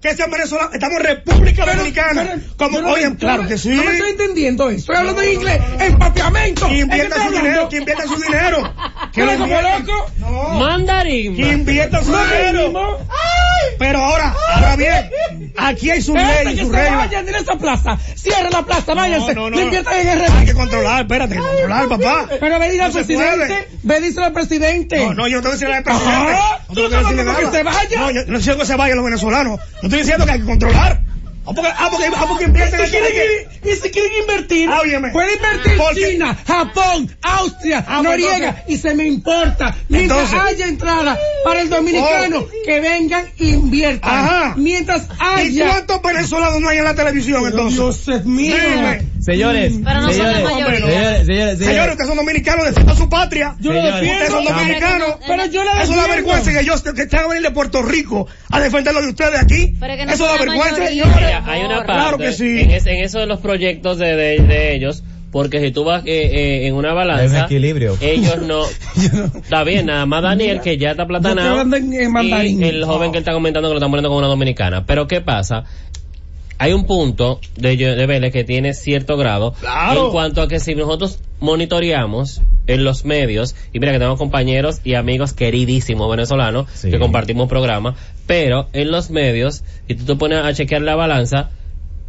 Speaker 2: que sean venezolanos. Estamos en República
Speaker 5: Pero,
Speaker 2: Dominicana.
Speaker 5: pero,
Speaker 2: como,
Speaker 5: yo no
Speaker 2: oye,
Speaker 5: me-
Speaker 2: claro que sí.
Speaker 5: No me estoy entendiendo eso. Estoy hablando en inglés, empapeamiento.
Speaker 2: Que
Speaker 5: ¿Es que estoy
Speaker 2: invierta su
Speaker 5: hablando?
Speaker 2: dinero. Que invierta su
Speaker 5: *laughs*
Speaker 2: dinero.
Speaker 5: ¿Tú eres como
Speaker 2: inviertan.
Speaker 5: loco?
Speaker 2: No.
Speaker 6: Mandarín.
Speaker 2: Que invierta su dinero.
Speaker 5: Mínimo.
Speaker 2: Pero ahora, ahora bien, aquí hay su
Speaker 5: Espérate
Speaker 2: ley y
Speaker 5: que
Speaker 2: su
Speaker 5: se
Speaker 2: regla.
Speaker 5: vayan de esa plaza. Cierren la plaza, váyanse.
Speaker 2: no,
Speaker 5: No,
Speaker 2: no, no.
Speaker 5: inviertan en el
Speaker 2: Hay que controlar, espérate, hay que controlar, papá.
Speaker 5: Pero ve dile
Speaker 2: No
Speaker 5: al
Speaker 2: se
Speaker 5: presidente. Ve díselo al presidente.
Speaker 2: No, no, yo no tengo que decirle al presidente.
Speaker 5: Ajá. Tú
Speaker 2: No tengo que
Speaker 5: estás
Speaker 2: decirle
Speaker 5: hablando
Speaker 2: nada.
Speaker 5: que se vaya.
Speaker 2: No, yo no estoy diciendo que se vayan los venezolanos. Yo estoy diciendo que hay que controlar. Ah, porque, ah, porque, ah, porque
Speaker 5: Y si
Speaker 2: empiezan aquí.
Speaker 5: quieren, ir- y si quieren invertir,
Speaker 2: Ah, óyeme.
Speaker 5: pueden invertir en
Speaker 2: Porque-
Speaker 5: China, Japón, Austria,
Speaker 2: Ah, pues
Speaker 5: Noriega, y se me importa. Mientras
Speaker 2: Entonces- Oh.
Speaker 5: haya entrada para el dominicano, que vengan e inviertan.
Speaker 2: Ajá.
Speaker 5: Mientras
Speaker 2: ¿Y
Speaker 5: haya.
Speaker 2: cuántos venezolanos no hay en la televisión entonces?
Speaker 5: Dios es mío.
Speaker 2: Dime.
Speaker 4: Señores,
Speaker 3: Pero no son la
Speaker 4: señores,
Speaker 3: mayoría.
Speaker 4: señores, señores,
Speaker 2: Señores,
Speaker 4: señores.
Speaker 2: ustedes son dominicanos, defiendan su patria.
Speaker 5: Yo lo
Speaker 4: Señores.
Speaker 5: defiendo.
Speaker 2: Ustedes son
Speaker 3: Pero-
Speaker 2: dominicanos.
Speaker 5: Pero yo la
Speaker 2: Eso es una
Speaker 5: defiendo.
Speaker 2: vergüenza que ellos que tengan que venir de Puerto Rico a defender lo de ustedes aquí.
Speaker 3: Pero que no
Speaker 2: Eso es
Speaker 3: son
Speaker 2: una
Speaker 3: la
Speaker 2: vergüenza,
Speaker 3: mayoría,
Speaker 2: señores.
Speaker 3: mi
Speaker 6: Mira, hay una parte
Speaker 2: Claro que sí.
Speaker 6: en, es- en eso de los proyectos de, de- de ellos, porque si tú vas eh, eh, en una balanza,
Speaker 4: Hay un equilibrio.
Speaker 6: ellos no...
Speaker 3: *laughs*
Speaker 6: Está bien, nada más Daniel, que ya está
Speaker 5: yo
Speaker 6: platanado,
Speaker 5: estoy hablando en- en mandarín.
Speaker 6: y el joven que él está comentando que lo están poniendo con una dominicana. Pero ¿qué pasa? Hay un punto de, Yo- de Vélez que tiene cierto grado
Speaker 2: Claro.
Speaker 6: en cuanto a que si nosotros monitoreamos en los medios, y mira que tenemos compañeros y amigos queridísimos venezolanos
Speaker 4: Sí.
Speaker 6: que compartimos programas, pero en los medios, si tú te pones a chequear la balanza,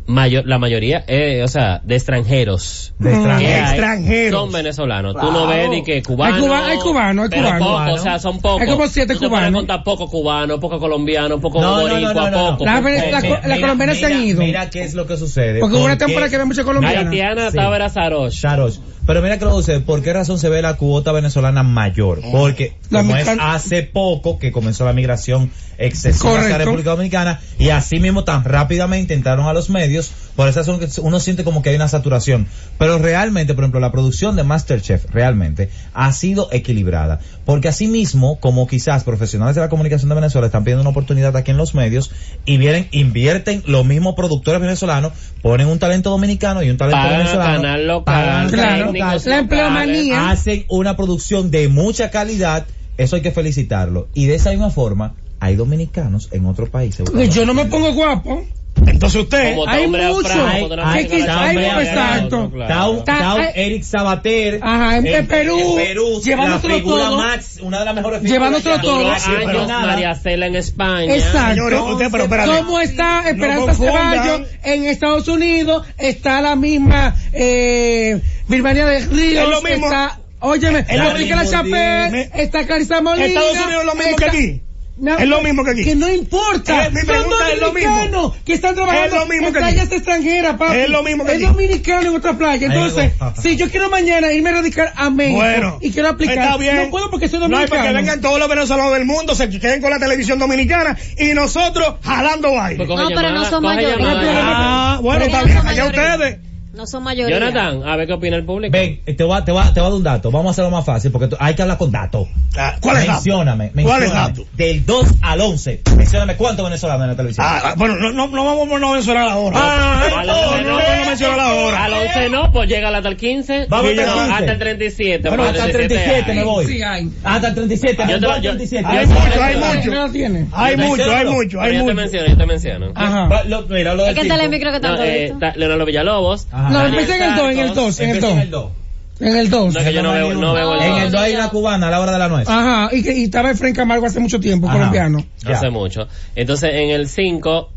Speaker 6: mayor, la mayoría, eh, o sea, de extranjeros.
Speaker 4: De
Speaker 6: que
Speaker 4: extranjero.
Speaker 6: hay
Speaker 5: extranjeros.
Speaker 6: Son venezolanos. Tú no ves ni que cubanos.
Speaker 5: Hay cuba- hay cubanos, hay
Speaker 6: pero
Speaker 5: cubanos.
Speaker 6: pocos,
Speaker 5: Cubanos.
Speaker 6: o sea, son pocos.
Speaker 5: Hay como siete
Speaker 6: Tú te
Speaker 5: cubanos.
Speaker 6: pones a contar poco cubano, poco colombiano, poco
Speaker 4: No, no, no,
Speaker 6: boricua,
Speaker 4: no, no.
Speaker 6: poco.
Speaker 5: La-
Speaker 6: poco.
Speaker 5: la- la-
Speaker 6: Mira,
Speaker 5: las colombianas se han
Speaker 4: mira,
Speaker 5: ido.
Speaker 4: Mira qué es lo que sucede.
Speaker 5: Porque hubo una
Speaker 4: ¿Por qué?
Speaker 5: temporada que había muchos
Speaker 6: la
Speaker 5: colombianos.
Speaker 6: haitiana
Speaker 4: Sí.
Speaker 6: estaba era Sarosh.
Speaker 4: Sharosh. Pero mira que lo sucede, ¿por qué razón se ve la cuota venezolana mayor? Porque
Speaker 5: La
Speaker 4: como es
Speaker 5: migran-
Speaker 4: hace poco que comenzó la migración excesiva hacia la
Speaker 5: Correcto.
Speaker 4: República Dominicana y así mismo tan rápidamente entraron a los medios, por eso son que uno siente como que hay una saturación. Pero realmente, por ejemplo, la producción de Masterchef realmente ha sido equilibrada. Porque así mismo, como quizás profesionales de la comunicación de Venezuela están pidiendo una oportunidad aquí en los medios y vienen, invierten los mismos productores venezolanos, ponen un talento dominicano y un talento
Speaker 6: Pagan a
Speaker 4: venezolano.
Speaker 6: canal local,
Speaker 4: pagan a canal
Speaker 5: Claro,
Speaker 4: local,
Speaker 5: la empleomanía. Bien.
Speaker 4: hacen una producción de mucha calidad, eso hay que felicitarlo. Y de esa misma forma, hay dominicanos en otros países.
Speaker 5: Yo no me pongo guapo.
Speaker 2: Entonces usted,
Speaker 6: Como
Speaker 5: Hay
Speaker 6: hombre a
Speaker 5: mucho.
Speaker 6: Franco, como de una
Speaker 5: Hay-
Speaker 6: película
Speaker 5: hay-
Speaker 6: de Franco,
Speaker 5: exacto.
Speaker 6: claro.
Speaker 4: Tau,
Speaker 5: Ta-
Speaker 4: Tau-
Speaker 5: eh,
Speaker 4: Eric Sabater.
Speaker 5: Ajá, en Perú, llevándoselo
Speaker 4: la figura
Speaker 5: todo.
Speaker 4: Max, una de las mejores
Speaker 5: Llevándoselo
Speaker 4: figuras que hay.
Speaker 5: todo.
Speaker 6: Duró
Speaker 4: Sí, pero
Speaker 6: años
Speaker 4: nada.
Speaker 6: María Cela en España.
Speaker 5: Exacto.
Speaker 2: señores, usted, pero espérate.
Speaker 5: ¿Cómo está Esperanza
Speaker 2: No confundan.
Speaker 5: Ceballos en Estados Unidos? Está la misma eh, Birmania de Ríos.
Speaker 2: Es lo mismo.
Speaker 5: Está, óyeme,
Speaker 2: lo
Speaker 5: Patricia
Speaker 4: mismo,
Speaker 5: Lachapelle,
Speaker 2: dime.
Speaker 5: está Clarisa Molina.
Speaker 2: Estados Unidos es lo mismo que
Speaker 5: está-
Speaker 2: aquí.
Speaker 5: No,
Speaker 2: Es lo mismo que aquí.
Speaker 5: Que no importa.
Speaker 2: Eh, mi
Speaker 5: Son
Speaker 2: pregunta es lo mismo.
Speaker 5: dominicanos que están trabajando
Speaker 2: Es lo mismo
Speaker 5: en
Speaker 2: que aquí.
Speaker 5: playas extranjeras, papi.
Speaker 2: Es lo mismo que
Speaker 5: Es
Speaker 2: aquí.
Speaker 5: dominicano en otra playa.
Speaker 4: Ahí
Speaker 5: Entonces,
Speaker 4: va.
Speaker 5: si yo quiero mañana irme a radicar a México
Speaker 2: bueno.
Speaker 5: y quiero aplicar,
Speaker 2: Está bien.
Speaker 5: no puedo porque soy
Speaker 2: No,
Speaker 5: dominicano.
Speaker 2: porque vengan todos los venezolanos del mundo, se queden con la televisión dominicana y nosotros jalando
Speaker 6: Pues
Speaker 2: baile.
Speaker 6: coge
Speaker 3: No, pero
Speaker 6: llamada,
Speaker 3: no son
Speaker 6: coge
Speaker 3: mayores.
Speaker 6: llamada.
Speaker 2: Ah, bueno,
Speaker 3: Pero
Speaker 2: está
Speaker 3: ellos
Speaker 2: bien,
Speaker 3: son
Speaker 2: allá
Speaker 3: mayores.
Speaker 2: ustedes.
Speaker 3: No son mayoría.
Speaker 6: Jonathan, a ver qué opina el público.
Speaker 4: Ven, eh, te voy, a, te, voy a- te voy a dar un dato. Vamos a hacerlo más fácil porque tú- hay que hablar con datos.
Speaker 2: Ah, ¿Cuál es
Speaker 4: mencióname,
Speaker 2: dato? ¿Cuál es
Speaker 4: mencióname.
Speaker 2: dato?
Speaker 4: Del 2 al 11. Mencióname cuántos venezolanos en la televisión. Ah,
Speaker 2: Ah, ah, bueno, no, no, no vamos a mencionar ahora. Ah,
Speaker 6: A la
Speaker 2: no,
Speaker 6: once
Speaker 2: no, no, no mencionar
Speaker 6: A
Speaker 2: ahora.
Speaker 6: la 11 no, pues llega hasta el 15.
Speaker 4: Vamos
Speaker 6: Sí,
Speaker 4: hasta el
Speaker 6: no,
Speaker 4: 15.
Speaker 6: hasta el 37.
Speaker 4: Bueno,
Speaker 6: pues,
Speaker 4: hasta el 37 me
Speaker 6: hay.
Speaker 4: voy.
Speaker 5: Sí, hay.
Speaker 4: Hasta el 37,
Speaker 6: Yo
Speaker 4: me
Speaker 6: te-
Speaker 4: voy al
Speaker 6: yo-
Speaker 4: 37.
Speaker 6: yo-
Speaker 2: Hay
Speaker 6: yo-
Speaker 2: mucho, hay mucho.
Speaker 5: ¿Quién no la tiene?
Speaker 2: Hay
Speaker 6: Yo te
Speaker 2: mucho, hay
Speaker 4: menciono.
Speaker 2: mucho,
Speaker 6: Pero
Speaker 2: hay
Speaker 6: yo te
Speaker 2: mucho.
Speaker 6: menciono, yo te menciono.
Speaker 4: Va, lo- mira, lo
Speaker 3: Es
Speaker 4: del
Speaker 3: que está el
Speaker 4: tipo.
Speaker 3: micro que
Speaker 6: No,
Speaker 3: tanto
Speaker 6: eh,
Speaker 3: visto.
Speaker 6: está Leonardo Villalobos.
Speaker 4: Ajá.
Speaker 5: No,
Speaker 6: Daniel
Speaker 5: empieza en el 2, en el
Speaker 6: Santos.
Speaker 5: 2, en el 2.
Speaker 4: Empieza en el 2.
Speaker 5: En el 2.
Speaker 6: No, que yo no veo, no veo
Speaker 4: En
Speaker 6: el
Speaker 4: el 2 hay una cubana a la hora de la nuez.
Speaker 5: Ajá, y, que- y estaba Efraín Camargo hace mucho tiempo,
Speaker 4: Ajá.
Speaker 5: colombiano.
Speaker 4: Ya.
Speaker 6: Hace mucho. Entonces, en el 5,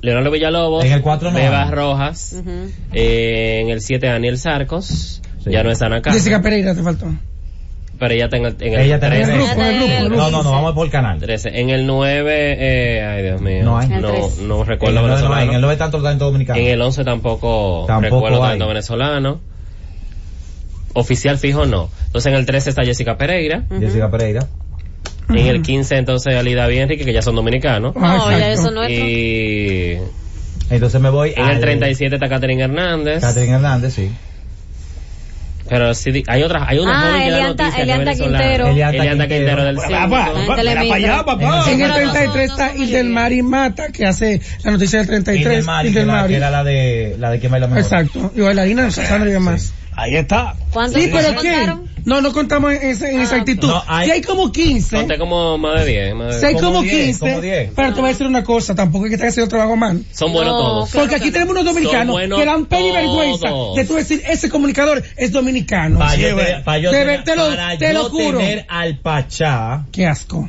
Speaker 6: Leonardo Villalobos.
Speaker 4: En el cuatro no.
Speaker 6: Bebas Rojas.
Speaker 3: Ujú.
Speaker 6: Eh, en el 7, Daniel Sarcos.
Speaker 4: Sí.
Speaker 6: Ya no es Ana Carmen,
Speaker 5: Jessica Pereira te faltó.
Speaker 6: Pero ella está en el, en el
Speaker 4: Ella está en el
Speaker 6: 13.
Speaker 4: grupo.
Speaker 5: grupo, el grupo, el
Speaker 4: No, no, no, vamos por el canal.
Speaker 6: 13. En el 9, eh, ay Dios mío.
Speaker 4: No hay.
Speaker 3: El
Speaker 6: No,
Speaker 3: tres.
Speaker 6: no
Speaker 4: En
Speaker 6: recuerdo
Speaker 4: el 9 no hay,
Speaker 6: venezolano.
Speaker 4: en el 9 tanto tanto dominicano.
Speaker 6: En el 11 tampoco,
Speaker 4: Tampoco
Speaker 6: recuerdo
Speaker 4: hay.
Speaker 6: tanto venezolano. Oficial fijo no. Entonces en el 13 está Jessica Pereira.
Speaker 4: Jessica Pereira.
Speaker 6: En el 15 entonces Alida Bienrique, que ya son dominicanos.
Speaker 5: Ah,
Speaker 3: No, ya
Speaker 5: exacto.
Speaker 3: eso no es.
Speaker 6: Y
Speaker 4: Entonces me voy
Speaker 6: en
Speaker 4: al-
Speaker 6: el 37 está Catherine Hernández.
Speaker 4: Catherine Hernández, sí.
Speaker 6: Pero sí, di- hay otras, hay una
Speaker 3: Ah,
Speaker 6: joven que da
Speaker 3: Elianta-
Speaker 6: noticias que es
Speaker 3: Elianta
Speaker 6: venezolana.
Speaker 3: Quintero.
Speaker 4: Elianta
Speaker 6: Elianta Quintero
Speaker 4: Quintero.
Speaker 6: del
Speaker 2: Papá, papá,
Speaker 6: Cinco.
Speaker 3: Ah,
Speaker 2: para allá, papá.
Speaker 5: En el
Speaker 3: no, no,
Speaker 5: 33
Speaker 3: no,
Speaker 5: está
Speaker 3: no, no,
Speaker 5: Hildelmar y Mata, que hace la noticia del
Speaker 4: Y
Speaker 5: 33.
Speaker 4: del Mari, que la-
Speaker 5: Hildelmari.
Speaker 4: que era la de, la de quién baila mejor.
Speaker 5: Exacto. Y bailarina, no se sabe nadie más.
Speaker 2: Ahí está.
Speaker 3: ¿Cuántos
Speaker 5: Sí, pero
Speaker 3: se
Speaker 5: ¿qué?
Speaker 3: contaron?
Speaker 5: No, no contamos en esa, en esa
Speaker 3: Ah.
Speaker 5: actitud.
Speaker 4: No, hay-
Speaker 5: Si hay como 15.
Speaker 6: Conté como más de 10. más de
Speaker 5: Si hay
Speaker 4: como
Speaker 5: como,
Speaker 4: 10,
Speaker 5: 15.
Speaker 4: como 10.
Speaker 5: Pero te voy a decir una cosa, tampoco es que estar haciendo trabajo mal.
Speaker 6: 10. Son buenos
Speaker 3: No,
Speaker 6: todos.
Speaker 3: Claro
Speaker 5: Porque aquí
Speaker 3: que no.
Speaker 5: tenemos unos
Speaker 6: Son
Speaker 5: dominicanos
Speaker 6: buenos
Speaker 5: que dan pena y vergüenza
Speaker 6: todos.
Speaker 5: de tú decir, ese comunicador es dominicano.
Speaker 4: Para
Speaker 5: Sí,
Speaker 4: yo,
Speaker 5: güey.
Speaker 4: tener- para yo
Speaker 5: De
Speaker 4: tener-
Speaker 5: ver- te lo,
Speaker 4: para
Speaker 5: te
Speaker 4: yo
Speaker 5: lo juro.
Speaker 4: tener al Pachá
Speaker 5: Qué asco.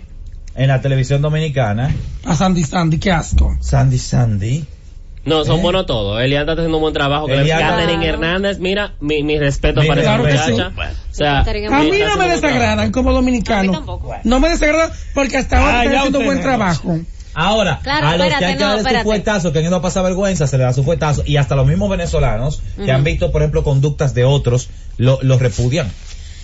Speaker 4: en la televisión dominicana,
Speaker 5: A Sandy Sandy, qué asco.
Speaker 4: Sandy Sandy,
Speaker 6: No, son
Speaker 4: ¿Eh?
Speaker 6: buenos todos. Elianda está haciendo un buen trabajo. que
Speaker 4: Elianda-
Speaker 6: Catherine
Speaker 3: Claro.
Speaker 6: Hernández, mira, mi, mi respeto
Speaker 4: Mi
Speaker 6: para esa
Speaker 4: claro que
Speaker 6: muchacha.
Speaker 5: sí.
Speaker 6: O sea,
Speaker 3: Catherine
Speaker 5: A mí no me
Speaker 6: desagrada
Speaker 5: desagradan como
Speaker 3: A mí
Speaker 5: dominicano.
Speaker 3: tampoco.
Speaker 5: No me desagradan porque hasta ahora
Speaker 2: Ah,
Speaker 5: están
Speaker 2: ya
Speaker 5: haciendo
Speaker 2: usted
Speaker 5: buen
Speaker 2: no.
Speaker 5: trabajo.
Speaker 4: Ahora,
Speaker 3: Claro,
Speaker 4: a los que
Speaker 3: espérate,
Speaker 4: hay que
Speaker 3: no,
Speaker 4: darle su
Speaker 3: espérate.
Speaker 4: fuetazo, que han ido a pasar vergüenza, se le da su fuetazo. Y hasta los mismos venezolanos que
Speaker 3: Ujú.
Speaker 4: han visto, por ejemplo, conductas de otros, lo- los repudian.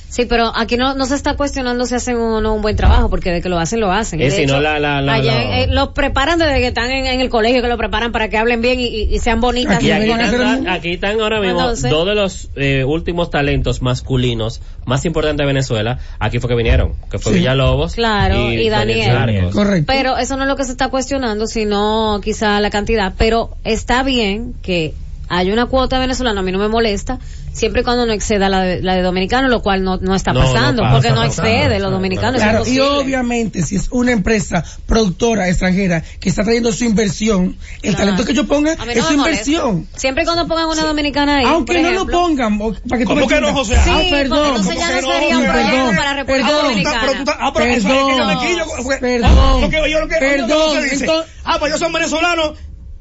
Speaker 3: Sí, pero aquí no, no se está cuestionando si hacen o no un buen trabajo, porque de que lo hacen, lo hacen.
Speaker 6: Eh,
Speaker 3: De
Speaker 6: si no, la- la- la-
Speaker 3: allá,
Speaker 6: la-
Speaker 3: eh, los preparan desde que están en, en el colegio, que lo preparan para que hablen bien y, y- y sean bonitas.
Speaker 6: Y aquí
Speaker 5: Van a hacer
Speaker 6: están,
Speaker 5: un-
Speaker 6: aquí están ahora mismo
Speaker 3: Entonces-
Speaker 6: dos de los eh, últimos talentos masculinos más importantes de Venezuela. Aquí fue que vinieron, que fue
Speaker 5: Sí.
Speaker 6: Villalobos
Speaker 3: Claro, y Daniel.
Speaker 6: Sarcos.
Speaker 5: Correcto.
Speaker 3: Pero eso no es lo que se está cuestionando, sino quizá la cantidad. Pero está bien que haya una cuota venezolana, a mí no me molesta, siempre y cuando no exceda la de, la de dominicano, lo cual no, no está
Speaker 6: No, no
Speaker 3: pasando,
Speaker 6: pasa,
Speaker 3: porque
Speaker 6: está
Speaker 3: no
Speaker 6: pasando,
Speaker 3: excede
Speaker 6: está
Speaker 3: los dominicanos.
Speaker 5: Claro,
Speaker 3: es
Speaker 5: y
Speaker 3: imposible.
Speaker 5: obviamente si es una empresa productora extranjera que está trayendo su inversión, el
Speaker 3: Claro.
Speaker 5: talento que yo ponga
Speaker 3: A mí no
Speaker 5: es su
Speaker 3: me molesta.
Speaker 5: inversión.
Speaker 3: Siempre y cuando pongan una dominicana ahí.
Speaker 5: Aunque
Speaker 3: por
Speaker 5: no
Speaker 3: ejemplo.
Speaker 5: lo pongan, o- para que tú
Speaker 2: ¿Cómo
Speaker 5: me
Speaker 2: que no,
Speaker 5: entiendas.
Speaker 2: José? Ah,
Speaker 3: Sí,
Speaker 5: perdón.
Speaker 3: porque entonces ya no
Speaker 2: Perdón,
Speaker 3: sería un
Speaker 5: perdón,
Speaker 3: proyecto para República
Speaker 5: perdón.
Speaker 2: Ah, pero tú estás-
Speaker 3: Dominicana.
Speaker 2: ah, pero eso es que
Speaker 5: Perdón.
Speaker 2: yo me quillo, fue-
Speaker 5: Perdón.
Speaker 2: Lo que yo lo que-
Speaker 5: Perdón.
Speaker 2: lo que se dice.
Speaker 5: Entonces-
Speaker 2: Ah, pues yo soy venezolano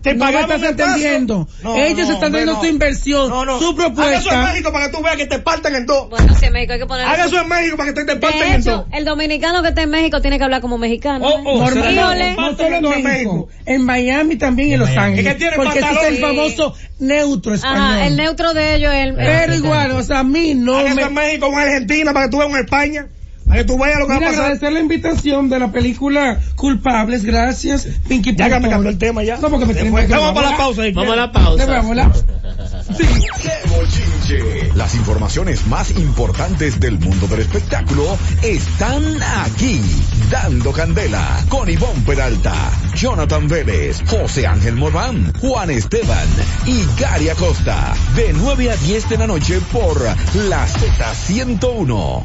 Speaker 2: Te
Speaker 5: no me
Speaker 2: pagaban
Speaker 5: estás
Speaker 2: un espacio.
Speaker 5: entendiendo.
Speaker 2: No,
Speaker 5: Ellos
Speaker 2: no,
Speaker 5: están
Speaker 2: hombre,
Speaker 5: dando
Speaker 2: no.
Speaker 5: tu inversión,
Speaker 2: No, no.
Speaker 5: su
Speaker 2: Haga eso en
Speaker 5: propuesta.
Speaker 2: México para que tú veas que te partan en dos.
Speaker 3: Bueno, sí, en México hay que poner.
Speaker 2: Haga eso en México para que te, te partan
Speaker 3: De
Speaker 2: en dos.
Speaker 3: hecho, el dominicano que está en México tiene que hablar como mexicano.
Speaker 2: Oh, oh,
Speaker 3: ¿eh?
Speaker 5: Normal,
Speaker 3: Híjole.
Speaker 5: no solo en México, en Miami también y en
Speaker 4: En
Speaker 5: Los
Speaker 4: Miami.
Speaker 5: Ángeles.
Speaker 2: Es que tienen
Speaker 5: porque ese es el
Speaker 2: pantalones.
Speaker 5: famoso neutro español.
Speaker 3: Ajá, el neutro de ellos es el.
Speaker 5: Pero igual, o sea, a mí no
Speaker 2: Haga
Speaker 5: me...
Speaker 2: eso en México, en Argentina, para que tú veas en España. Para que tú veas lo que va
Speaker 5: Mira,
Speaker 2: a pasar.
Speaker 5: agradecer la invitación de la película Culpables, gracias, Pinky
Speaker 2: Ya que
Speaker 5: Pintor.
Speaker 2: me cambió el tema ya.
Speaker 5: No, porque me
Speaker 2: Se
Speaker 5: tienen
Speaker 2: fue.
Speaker 5: que-
Speaker 2: Vamos para la pausa. ¿eh?
Speaker 6: Vamos a la
Speaker 5: Te
Speaker 6: pausa.
Speaker 5: voy a volar.
Speaker 1: ¡Qué bochinche! Las informaciones más importantes del mundo del espectáculo están aquí. Dando Candela con Ivonne Peralta, Jonathan Vélez, José Ángel Morván, Juan Esteban y Gary Acosta. De 9 a 10 de la noche por la Z101.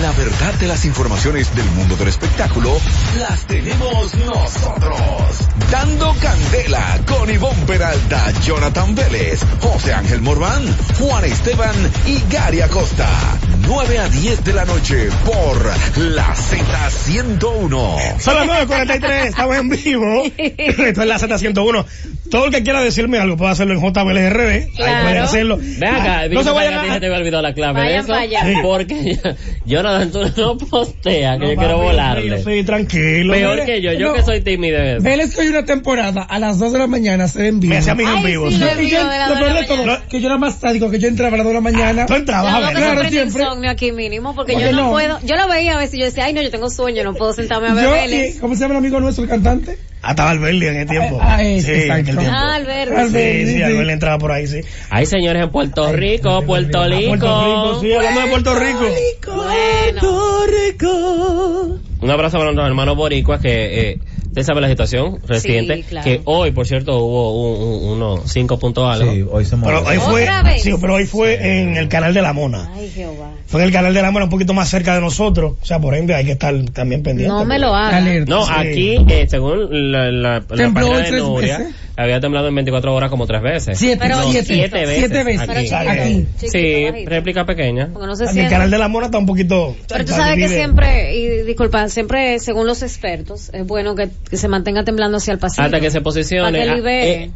Speaker 1: La verdad de las informaciones del mundo del espectáculo las tenemos nosotros. Dando candela con Ivonne Peralta, Jonathan Vélez, José Ángel Morván, Juan Esteban y Gary Acosta. 9 a 10 de la noche por la Z101.
Speaker 2: Son
Speaker 3: *laughs*
Speaker 2: las 9.43, estamos en vivo. Esto es la Z101. Todo el que quiera decirme algo puede hacerlo en JBLRB.
Speaker 3: Claro.
Speaker 2: Puede hacerlo.
Speaker 6: Ve acá,
Speaker 2: no se vayan
Speaker 6: a...
Speaker 2: a...
Speaker 6: te había olvidado la clave de
Speaker 3: Vayan
Speaker 6: eso.
Speaker 3: pa' allá.
Speaker 2: Sí.
Speaker 6: Porque *laughs* Jonathan, tú no posteas, que
Speaker 2: No,
Speaker 6: yo quiero
Speaker 2: papi,
Speaker 6: volarle.
Speaker 2: yo Sí, tranquilo.
Speaker 6: Peor
Speaker 2: mire.
Speaker 6: que yo, yo
Speaker 5: No.
Speaker 6: que soy tímido. en eso.
Speaker 5: Vélez que hoy una temporada a las 2 de la mañana se envía.
Speaker 2: Me hacía mis
Speaker 3: Ay,
Speaker 2: en vivo.
Speaker 3: sí,
Speaker 2: sí.
Speaker 3: lo
Speaker 5: Y yo,
Speaker 3: envío de la
Speaker 5: lo
Speaker 3: dos de
Speaker 5: peor
Speaker 3: la
Speaker 5: de todo,
Speaker 3: mañana.
Speaker 5: que yo era más sádico, que yo entraba a las 2 de la mañana.
Speaker 2: Ah, Tú entrabas,
Speaker 3: La
Speaker 2: a
Speaker 3: boca
Speaker 2: ver.
Speaker 5: Claro,
Speaker 3: siempre tiene
Speaker 5: siempre.
Speaker 3: insomnio aquí mínimo porque yo
Speaker 5: Oye,
Speaker 3: no
Speaker 5: no.
Speaker 3: puedo. Yo lo veía a veces y yo decía, ay no, yo tengo sueño, no puedo sentarme a ver
Speaker 5: Yo,
Speaker 3: Vélez.
Speaker 5: y- ¿Cómo se llama el amigo nuestro, el cantante?
Speaker 2: Hasta Valverde en el tiempo.
Speaker 5: Ah, ah, es,
Speaker 2: sí, en
Speaker 5: exacto.
Speaker 2: el tiempo.
Speaker 3: Ah, Albert.
Speaker 2: Sí,
Speaker 5: Valverde,
Speaker 2: sí,
Speaker 5: sí.
Speaker 2: Valverde entraba por ahí, sí.
Speaker 6: Hay señores en Puerto Rico, Puerto
Speaker 2: A
Speaker 6: Rico.
Speaker 2: Puerto Rico, sí, hablamos de Puerto Rico.
Speaker 3: Bueno,
Speaker 6: Un abrazo para nuestros hermanos boricuas que, eh, usted sabe la situación reciente.
Speaker 3: claro.
Speaker 6: Que hoy, por cierto, hubo un- un- unos 5 puntos algo.
Speaker 4: Sí, hoy se
Speaker 2: Pero hoy
Speaker 4: mueve.
Speaker 2: fue,
Speaker 3: ¿Otra vez?
Speaker 2: sí, pero hoy fue en el canal de La Mona.
Speaker 3: ay Jehová.
Speaker 2: Fue en el canal de La Mona un poquito más cerca de nosotros. O sea, por ende hay que estar también pendiente.
Speaker 3: No me lo hagas.
Speaker 5: Alerta.
Speaker 6: No,
Speaker 2: Sí.
Speaker 6: aquí, eh, según la, la, la
Speaker 5: Tembló
Speaker 6: página de
Speaker 5: tres
Speaker 6: Nuria,
Speaker 5: veces.
Speaker 6: había temblado en 24 horas como tres veces.
Speaker 5: Siete,
Speaker 3: Pero
Speaker 5: siete,
Speaker 6: siete veces.
Speaker 5: Siete veces.
Speaker 3: Pero
Speaker 6: Aquí.
Speaker 3: chiquito,
Speaker 5: Aquí.
Speaker 3: chiquito,
Speaker 6: sí,
Speaker 3: bajito.
Speaker 6: réplica pequeña.
Speaker 3: Porque no se
Speaker 2: En el
Speaker 3: siente.
Speaker 2: canal de La Mona está un poquito...
Speaker 3: Pero tú
Speaker 2: está
Speaker 3: sabes que
Speaker 2: dividido.
Speaker 3: siempre, y disculpa, siempre según los expertos, es bueno que, que se mantenga temblando hacia el pasillo.
Speaker 6: Hasta que se
Speaker 3: Para
Speaker 6: posicione.
Speaker 3: que
Speaker 6: Ah,
Speaker 3: libere.
Speaker 6: eh,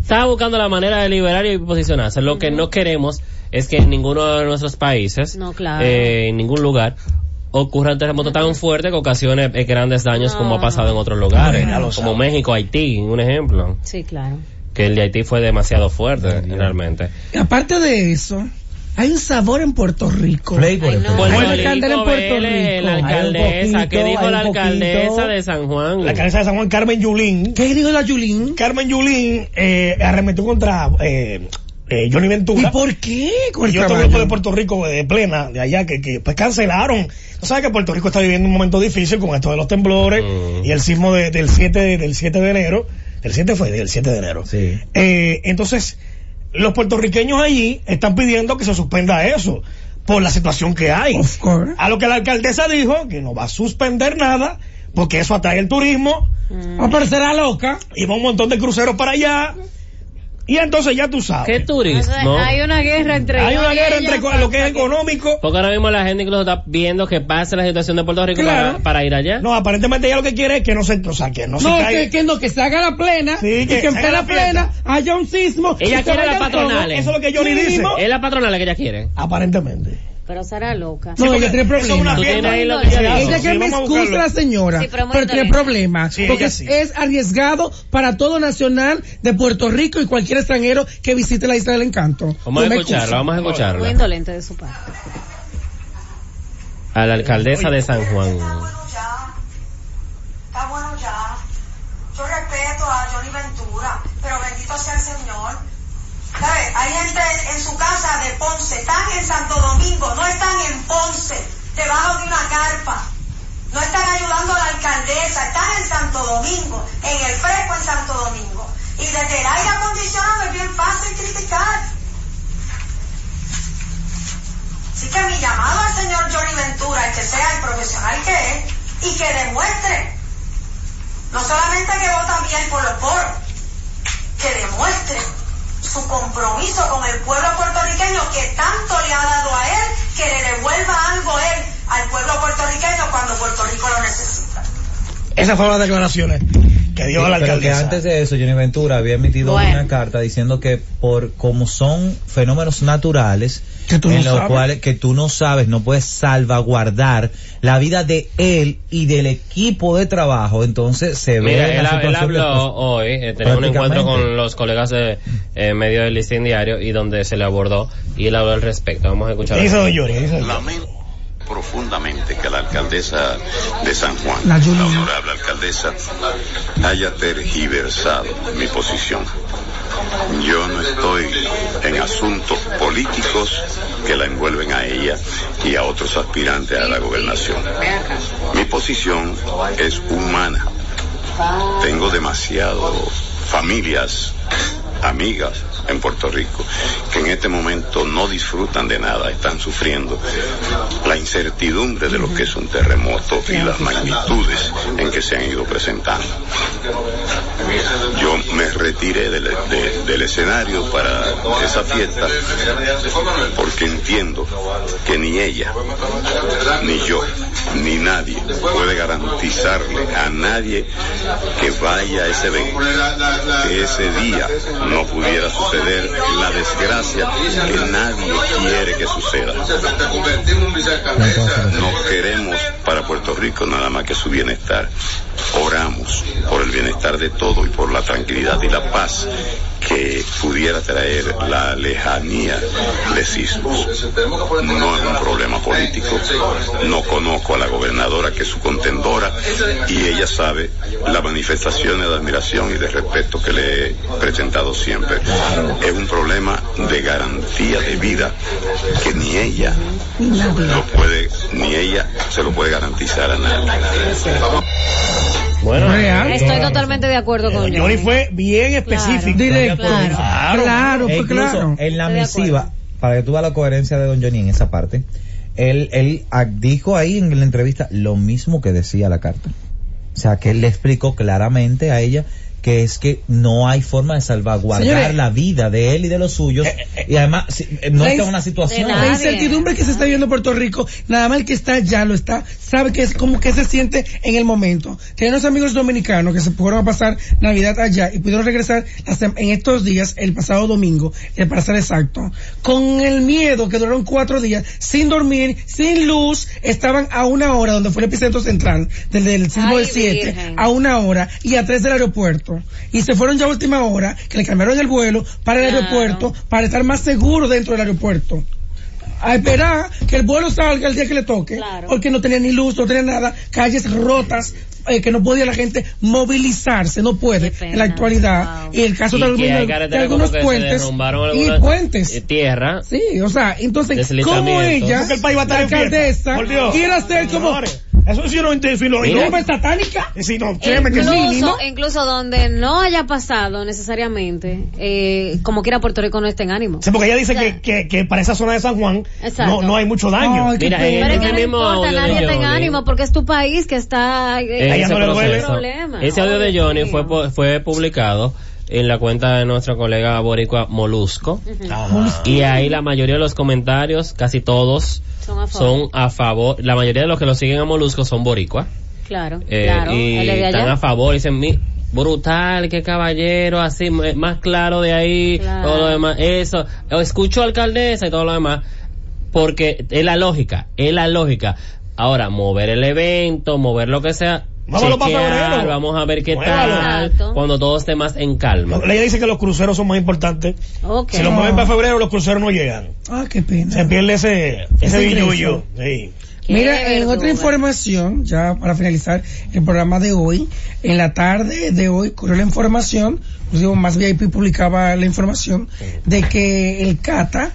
Speaker 6: estaba buscando la manera de liberar y posicionarse. Lo que no queremos es que en ninguno de nuestros países,
Speaker 3: No, claro.
Speaker 6: eh, en ningún lugar, ocurra un terremoto tan fuerte que ocasione eh, grandes daños
Speaker 3: No.
Speaker 6: como ha pasado en otros lugares,
Speaker 2: Ya lo
Speaker 6: como
Speaker 2: sabe.
Speaker 6: México, Haití, un ejemplo.
Speaker 3: Sí, claro.
Speaker 6: Que el de Haití fue demasiado fuerte, realmente.
Speaker 5: Y aparte de eso, hay un sabor en Puerto Rico.
Speaker 4: Play por
Speaker 3: Ay,
Speaker 4: el
Speaker 3: no.
Speaker 4: play.
Speaker 5: Bueno,
Speaker 6: Bolsólico
Speaker 5: alcalde en Puerto
Speaker 6: Vélez,
Speaker 5: Rico.
Speaker 6: La
Speaker 5: Hay un
Speaker 6: alcaldesa, ¿qué
Speaker 5: poquito,
Speaker 6: dijo
Speaker 5: hay
Speaker 6: la
Speaker 5: un poquito.
Speaker 6: alcaldesa de San Juan?
Speaker 2: La cabeza de San Juan, Carmen Yulín.
Speaker 5: ¿Qué dijo la Yulín?
Speaker 2: Carmen Yulín eh, arremetió contra eh, eh, Johnny
Speaker 5: ¿Y
Speaker 2: Ventura.
Speaker 5: por qué? Con el
Speaker 2: Y otro
Speaker 5: caballo?
Speaker 2: grupo de Puerto Rico eh, de plena, de allá, que, que pues cancelaron. Tú sabes que Puerto Rico está viviendo un momento difícil con esto de los temblores
Speaker 6: Mm.
Speaker 2: y el sismo de- del 7 de, del 7 de enero. El 7 fue del 7 de enero.
Speaker 4: Sí.
Speaker 2: Eh, entonces, los puertorriqueños allí están pidiendo que se suspenda eso por la situación que hay.
Speaker 5: Of course.
Speaker 2: A lo que la alcaldesa dijo que no va a suspender nada porque eso atrae el turismo
Speaker 3: Mm.
Speaker 5: Ah, pero será loca.
Speaker 2: y va un montón de cruceros para allá. Y entonces ya tú sabes.
Speaker 6: ¿Qué
Speaker 3: Entonces,
Speaker 6: turismo?
Speaker 3: Hay una guerra entre
Speaker 2: Hay una
Speaker 3: ellos
Speaker 2: guerra
Speaker 3: y
Speaker 2: entre
Speaker 3: ellas
Speaker 2: co- lo que es
Speaker 3: para
Speaker 2: económico.
Speaker 6: Porque ahora mismo la gente incluso está viendo que pasa la situación de Puerto Rico
Speaker 5: Claro.
Speaker 6: para, para ir allá.
Speaker 2: No, aparentemente ella lo que quiere es que no se, o sea, que no, se
Speaker 5: No,
Speaker 2: caiga.
Speaker 5: que, que no, que se haga la plena.
Speaker 2: Sí,
Speaker 5: y
Speaker 2: que
Speaker 5: que,
Speaker 2: se
Speaker 5: en
Speaker 2: haga la
Speaker 5: plena plena haya un sismo.
Speaker 6: Ella
Speaker 5: y se
Speaker 6: quiere la
Speaker 5: vayan todos.
Speaker 6: patronal, eh.
Speaker 2: Eso es lo que Johnny
Speaker 5: Sí,
Speaker 2: dice. Eh,
Speaker 5: mismo.
Speaker 6: Es la patrona la que ella quiere.
Speaker 2: Aparentemente.
Speaker 3: Pero será loca.
Speaker 5: No, ella tiene
Speaker 2: eso es una
Speaker 5: problemas.
Speaker 6: Tú
Speaker 2: fiesta.
Speaker 6: tienes ahí lo
Speaker 3: Sí,
Speaker 6: que ella
Speaker 2: Eso,
Speaker 5: Ella
Speaker 6: dice.
Speaker 5: que me
Speaker 2: sí, vamos a
Speaker 5: excusa
Speaker 2: buscarlo.
Speaker 5: la señora,
Speaker 3: Sí, pero muy
Speaker 5: pero tiene
Speaker 3: inteligente.
Speaker 5: problemas,
Speaker 2: Sí,
Speaker 5: porque
Speaker 2: ella
Speaker 5: es-
Speaker 2: sí.
Speaker 5: es arriesgado para todo nacional de Puerto Rico y cualquier extranjero que visite la Isla del Encanto.
Speaker 6: Vamos a
Speaker 5: Tú me
Speaker 6: escucharla,
Speaker 5: excusas.
Speaker 6: vamos a
Speaker 3: Muy
Speaker 6: escucharla.
Speaker 3: indolente de su parte.
Speaker 6: A la alcaldesa de San Juan.
Speaker 8: Está bueno ya. Está bueno ya. Yo respeto a Johnny Ventura, pero bendito sea el Señor. ¿Sabe? Hay gente en su casa de Ponce, están en Santo Domingo, no están en Ponce, debajo de una carpa. No están ayudando a la alcaldesa, están en Santo Domingo, en el fresco en Santo Domingo. Y desde el aire acondicionado es bien fácil criticar. Así que mi llamado al señor Johnny Ventura es que sea el profesional que es y que demuestre, no solamente que vota bien por los poros, que demuestre su compromiso con el pueblo puertorriqueño que tanto le ha dado a él, que le devuelva algo él al pueblo puertorriqueño cuando Puerto Rico lo necesita.
Speaker 2: Esas fueron las declaraciones. Que Dios a la
Speaker 4: Pero que
Speaker 2: alcaldesa.
Speaker 4: antes de eso, Johnny Ventura había emitido
Speaker 3: Bueno.
Speaker 4: una carta diciendo que por como son fenómenos naturales,
Speaker 5: Que tú no
Speaker 4: en los
Speaker 5: sabes.
Speaker 4: cuales que tú no sabes, no puedes salvaguardar la vida de él y del equipo de trabajo, entonces se ve
Speaker 6: Mira,
Speaker 4: la
Speaker 6: él, ha- él
Speaker 4: situación que-
Speaker 6: habló hoy, eh, tenemos un
Speaker 4: Prácticamente.
Speaker 6: encuentro con los colegas de eh, medio del listín diario y donde se le abordó y él habló al respecto. Vamos a escuchar.
Speaker 2: Eso no llore, eso no llore.
Speaker 9: Lamento profundamente que la alcaldesa de San Juan,
Speaker 5: La
Speaker 9: la,
Speaker 5: Yulina.
Speaker 9: honorable alcaldesa, haya tergiversado mi posición. Yo no estoy en asuntos políticos que la envuelven a ella y a otros aspirantes a la gobernación. Mi posición es humana. Tengo demasiado familias, amigas en Puerto Rico que en este momento no disfrutan de nada, están sufriendo la incertidumbre de lo que es un terremoto y las magnitudes en que se han ido presentando. Yo me retiré del, de- del escenario para esa fiesta porque entiendo que ni ella, ni yo, ni nadie puede garantizarle a nadie que vaya a ese evento, que ese día no pudiera suceder la desgracia que nadie quiere que suceda. No queremos para Puerto Rico nada más que su bienestar. Oramos por el bienestar de todo y por la tranquilidad y la paz que pudiera traer la lejanía de sismos. No es un problema político. No conozco a la gobernadora que es su contendora y ella sabe las manifestaciones de admiración y de respeto que le he presentado siempre. Es un problema de garantía de vida que ni ella no puede, ni ella se lo puede garantizar a nadie.
Speaker 6: Bueno,
Speaker 5: Real.
Speaker 3: Estoy totalmente de acuerdo con
Speaker 2: Johnny fue bien específico.
Speaker 5: Directo.
Speaker 3: Claro.
Speaker 5: Claro, claro,
Speaker 4: E
Speaker 5: pues
Speaker 4: incluso
Speaker 5: claro.
Speaker 4: en la
Speaker 3: Estoy de
Speaker 4: misiva,
Speaker 3: acuerdo.
Speaker 4: para que tú veas la coherencia de Don Johnny en esa parte, él, él ah, dijo ahí en la entrevista lo mismo que decía la carta. O sea, que él le explicó claramente a ella que es que no hay forma de salvaguardar
Speaker 5: Señores. eh,
Speaker 4: la vida de él y de los suyos. y además, si- eh, no
Speaker 5: la
Speaker 4: está en
Speaker 5: ins-
Speaker 4: una situación.
Speaker 3: de
Speaker 5: La
Speaker 3: Nadie.
Speaker 5: incertidumbre que se está viendo en Puerto Rico, nada más el que está ya lo está, sabe que es como que se siente en el momento. Tenemos amigos dominicanos que se fueron a pasar Navidad allá y pudieron regresar la sem- en estos días, el pasado domingo, eh, para ser exacto, con el miedo que duraron cuatro días sin dormir, sin luz, estaban a una hora donde fue el epicentro central, desde el sismo
Speaker 3: Ay,
Speaker 5: del 7,
Speaker 3: Virgen.
Speaker 5: a una hora y a tres del aeropuerto. Y se fueron ya a última hora, que le cambiaron el vuelo para el
Speaker 3: Claro.
Speaker 5: aeropuerto, para estar más seguro dentro del aeropuerto a esperar que el vuelo salga el día que le toque,
Speaker 3: Claro.
Speaker 5: porque no tenía ni luz, no tenía nada, calles rotas, eh, que no podía la gente movilizarse, no puede
Speaker 3: Qué
Speaker 5: en
Speaker 3: pena,
Speaker 5: la actualidad.
Speaker 3: wow.
Speaker 5: Y el caso
Speaker 6: y
Speaker 5: de,
Speaker 6: que hay
Speaker 5: algunos- de
Speaker 6: carreteras como
Speaker 5: algunos
Speaker 6: que se
Speaker 5: puentes
Speaker 6: derrumbaron
Speaker 5: y
Speaker 6: algunas eh,
Speaker 5: puentes.
Speaker 6: tierra.
Speaker 5: Sí, o sea, entonces, como
Speaker 6: Deslizamientos.
Speaker 5: ella,
Speaker 2: Porque el país va a
Speaker 5: la
Speaker 2: estar en fiesta.
Speaker 5: alcaldesa,
Speaker 2: Por Dios.
Speaker 5: quiere hacer como
Speaker 2: Señores, Eso sí no es
Speaker 6: Mira.
Speaker 5: ropa satánica?
Speaker 2: Y si no, créeme que sí.
Speaker 5: mínimo.
Speaker 3: Incluso, incluso donde no haya pasado necesariamente, eh, como quiera Puerto Rico no está en ánimo.
Speaker 2: Sí, porque ella dice que, que, que para esa zona de San Juan
Speaker 3: Exacto.
Speaker 2: no, no hay mucho daño.
Speaker 5: Ay, qué
Speaker 6: Mira,
Speaker 5: pena.
Speaker 3: Pero es que
Speaker 6: Ese
Speaker 3: no
Speaker 6: mismo
Speaker 3: importa,
Speaker 6: audio de
Speaker 3: nadie tenga
Speaker 6: Johnny.
Speaker 3: ánimo porque es tu país que está... eh,
Speaker 6: en
Speaker 2: A ella
Speaker 6: ese
Speaker 2: no le duele.
Speaker 6: proceso.
Speaker 3: Problema.
Speaker 6: Ese audio de
Speaker 3: Ay,
Speaker 6: Johnny
Speaker 3: Dios
Speaker 6: fue,
Speaker 3: mío.
Speaker 6: pu- fue publicado en la cuenta de nuestro colega boricua Molusco.
Speaker 2: Ajá.
Speaker 6: Y ahí la mayoría de los comentarios, casi todos,
Speaker 3: Son a favor.
Speaker 6: son a favor. La mayoría de los que lo siguen a Molusco son boricua.
Speaker 3: Claro,
Speaker 6: Eh,
Speaker 3: claro.
Speaker 6: y
Speaker 3: él es de allá.
Speaker 6: están a favor, dicen, "Mi- brutal, qué caballero, así, m- más claro de ahí,
Speaker 3: Claro.
Speaker 6: todo lo demás, eso, O escucho alcaldesa y todo lo demás, porque es la lógica, es la lógica. Ahora, mover el evento, mover lo que sea,
Speaker 2: Vámonos pa' febrero.
Speaker 6: vamos a ver qué
Speaker 2: Muévalo.
Speaker 6: tal,
Speaker 3: Exacto.
Speaker 6: cuando todo esté más en calma.
Speaker 2: Ella dice que los cruceros son más importantes.
Speaker 3: Ok.
Speaker 2: Si los mueven para febrero, los cruceros no llegan.
Speaker 5: Ah, qué pena.
Speaker 2: Se pierde ese,
Speaker 5: Ese
Speaker 2: ese billullo. Sí.
Speaker 3: Qué
Speaker 5: Mira, en
Speaker 3: verduga.
Speaker 5: otra información, ya para finalizar el programa de hoy, en la tarde de hoy corrió la información, inclusive más VIP publicaba la información de que el Cata,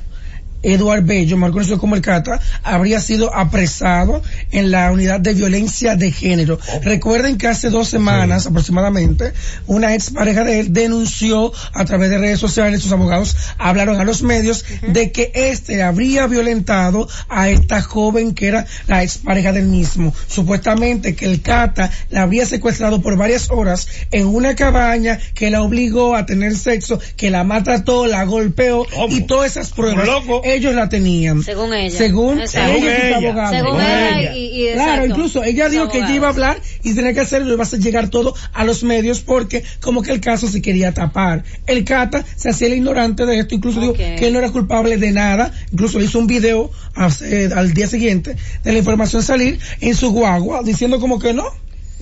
Speaker 5: Eduard Bello, mejor conocido como el Cata, habría sido apresado en la unidad de violencia de género.
Speaker 2: Oh.
Speaker 5: Recuerden que hace dos semanas aproximadamente, una ex pareja de él denunció a través de redes sociales, sus abogados hablaron a los medios de que este habría violentado a esta joven que era la ex pareja del mismo. Supuestamente que el Cata la habría secuestrado por varias horas en una cabaña que la obligó a tener sexo, que la maltrató, la golpeó
Speaker 2: ¿Cómo?
Speaker 5: y todas esas pruebas.
Speaker 2: Como loco.
Speaker 5: El ellos la tenían.
Speaker 3: Según ella.
Speaker 5: Según
Speaker 3: Exacto.
Speaker 5: ellos
Speaker 2: Según
Speaker 5: y su
Speaker 2: ella.
Speaker 5: abogado.
Speaker 3: Según
Speaker 2: Según
Speaker 3: ella
Speaker 2: ella.
Speaker 3: y, y-
Speaker 5: Claro,
Speaker 3: exacto,
Speaker 5: incluso ella
Speaker 3: los
Speaker 5: dijo que ella iba a
Speaker 3: abogados.
Speaker 5: hablar y tenía que hacerlo, iba a llegar todo a los medios porque como que el caso se quería tapar. El Cata se hacía el ignorante de esto, incluso
Speaker 3: Ok.
Speaker 5: dijo que él no era culpable de nada, incluso hizo un video hace- al día siguiente de la información salir en su guagua diciendo como que no.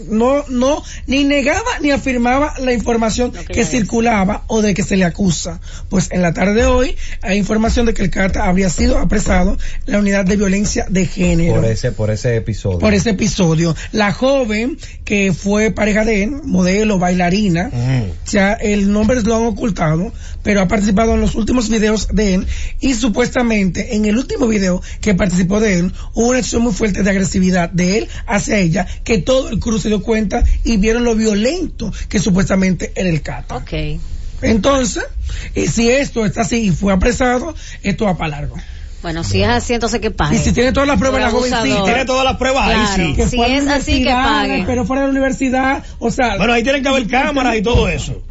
Speaker 5: No, no, ni negaba ni afirmaba la información
Speaker 3: Lo que
Speaker 5: que,
Speaker 3: ya es.
Speaker 5: circulaba o de que se le acusa. Pues en la tarde de hoy hay información de que el Cata habría sido apresado en la unidad de violencia de género
Speaker 4: Por ese, por ese episodio.
Speaker 5: por ese episodio. La joven que fue pareja de él, modelo, bailarina, ya el nombre lo han ocultado, pero ha participado en los últimos videos de él y supuestamente en el último video que participó de él hubo una acción muy fuerte de agresividad de él hacia ella que todo el crew se dio cuenta y vieron lo violento que supuestamente era el Cata.
Speaker 3: Ok.
Speaker 5: Entonces, y si esto está así y fue apresado, esto va para largo.
Speaker 3: Bueno, si es así, entonces que
Speaker 5: Y
Speaker 3: pague.
Speaker 5: si tiene todas las pruebas, la
Speaker 3: Fue
Speaker 5: jovencita.
Speaker 3: abusador.
Speaker 2: Tiene todas las pruebas
Speaker 3: Claro.
Speaker 2: ahí, sí.
Speaker 5: que
Speaker 3: Si
Speaker 5: fue a la
Speaker 3: es así, que
Speaker 5: universidad,
Speaker 3: pague.
Speaker 5: Pero fuera de la universidad, o sea,
Speaker 2: Bueno, ahí tienen que haber cámaras y todo eso.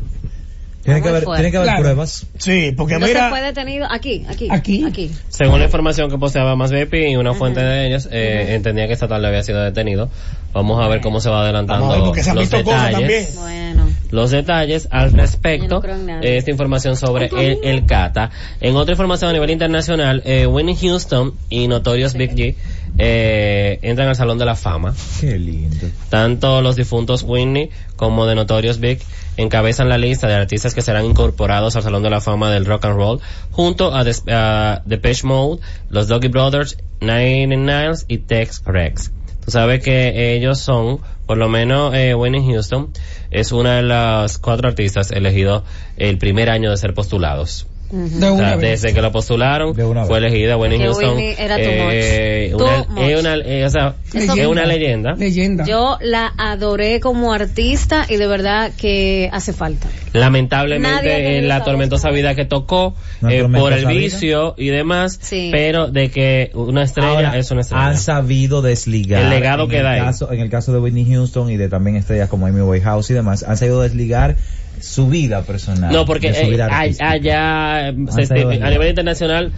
Speaker 4: Tiene que
Speaker 3: Muy
Speaker 4: haber,
Speaker 3: fuerte.
Speaker 4: tiene que haber
Speaker 5: Claro.
Speaker 4: pruebas.
Speaker 2: Sí, porque
Speaker 3: Entonces fue
Speaker 2: mira,
Speaker 3: detenido aquí, aquí,
Speaker 5: Aquí.
Speaker 3: aquí.
Speaker 6: Según la información que poseaba Más Bepi y una fuente de ellos, eh, entendía que esta tarde había sido detenido. Vamos a ver cómo se va adelantando
Speaker 2: Vamos a ver, porque se han
Speaker 6: los
Speaker 2: visto cosas
Speaker 6: detalles.
Speaker 2: también.
Speaker 3: Bueno.
Speaker 6: Los detalles al
Speaker 3: Yo no
Speaker 6: respecto
Speaker 3: creo en nada.
Speaker 6: eh, esta información sobre el, el Cata. En otra información a nivel internacional, eh, Winnie Houston y Notorious Big G eh, entran al Salón de la Fama.
Speaker 4: Qué lindo.
Speaker 6: Tanto los difuntos Whitney como de Notorious Big encabezan la lista de artistas que serán incorporados al Salón de la Fama del Rock and Roll, junto a, Des- a Depeche Mode, los Doggy Brothers, Nine Inch Nails y Tex Rex. Tú sabes que ellos son, por lo menos eh, Whitney Houston, es una de las cuatro artistas elegidos el primer año de ser postulados.
Speaker 3: Ujú.
Speaker 5: de
Speaker 6: O sea,
Speaker 5: una vez.
Speaker 6: desde que la postularon,
Speaker 4: De una
Speaker 6: fue
Speaker 4: vez.
Speaker 6: elegida Whitney
Speaker 3: Que
Speaker 6: Houston.
Speaker 3: Whitney era too
Speaker 6: eh,
Speaker 3: much.
Speaker 6: una-
Speaker 3: Too
Speaker 6: es
Speaker 3: much.
Speaker 6: una, eh, o sea,
Speaker 3: Eso-
Speaker 6: es una leyenda.
Speaker 5: Leyenda.
Speaker 3: Yo la adoré como artista y de verdad que hace falta. Nadie ha
Speaker 6: lamentablemente
Speaker 3: tenido
Speaker 6: en la
Speaker 3: esa
Speaker 6: tormentosa vida que tocó
Speaker 4: Una
Speaker 6: eh, por el
Speaker 4: tormentosa vida.
Speaker 6: vicio y demás
Speaker 3: Sí.
Speaker 6: pero de que una estrella
Speaker 4: Ahora,
Speaker 6: es una estrella
Speaker 4: han sabido desligar.
Speaker 6: El legado
Speaker 4: en
Speaker 6: que
Speaker 4: el
Speaker 6: da ahí.
Speaker 4: caso- En el caso de Whitney Houston y de también estrellas como Amy Winehouse y demás, han sabido desligar su vida personal.
Speaker 6: no porque
Speaker 4: ah, de su
Speaker 6: eh,
Speaker 4: vida
Speaker 6: a-
Speaker 4: artística.
Speaker 6: allá eh, se-
Speaker 4: sido
Speaker 6: a
Speaker 4: desligados.
Speaker 6: nivel internacional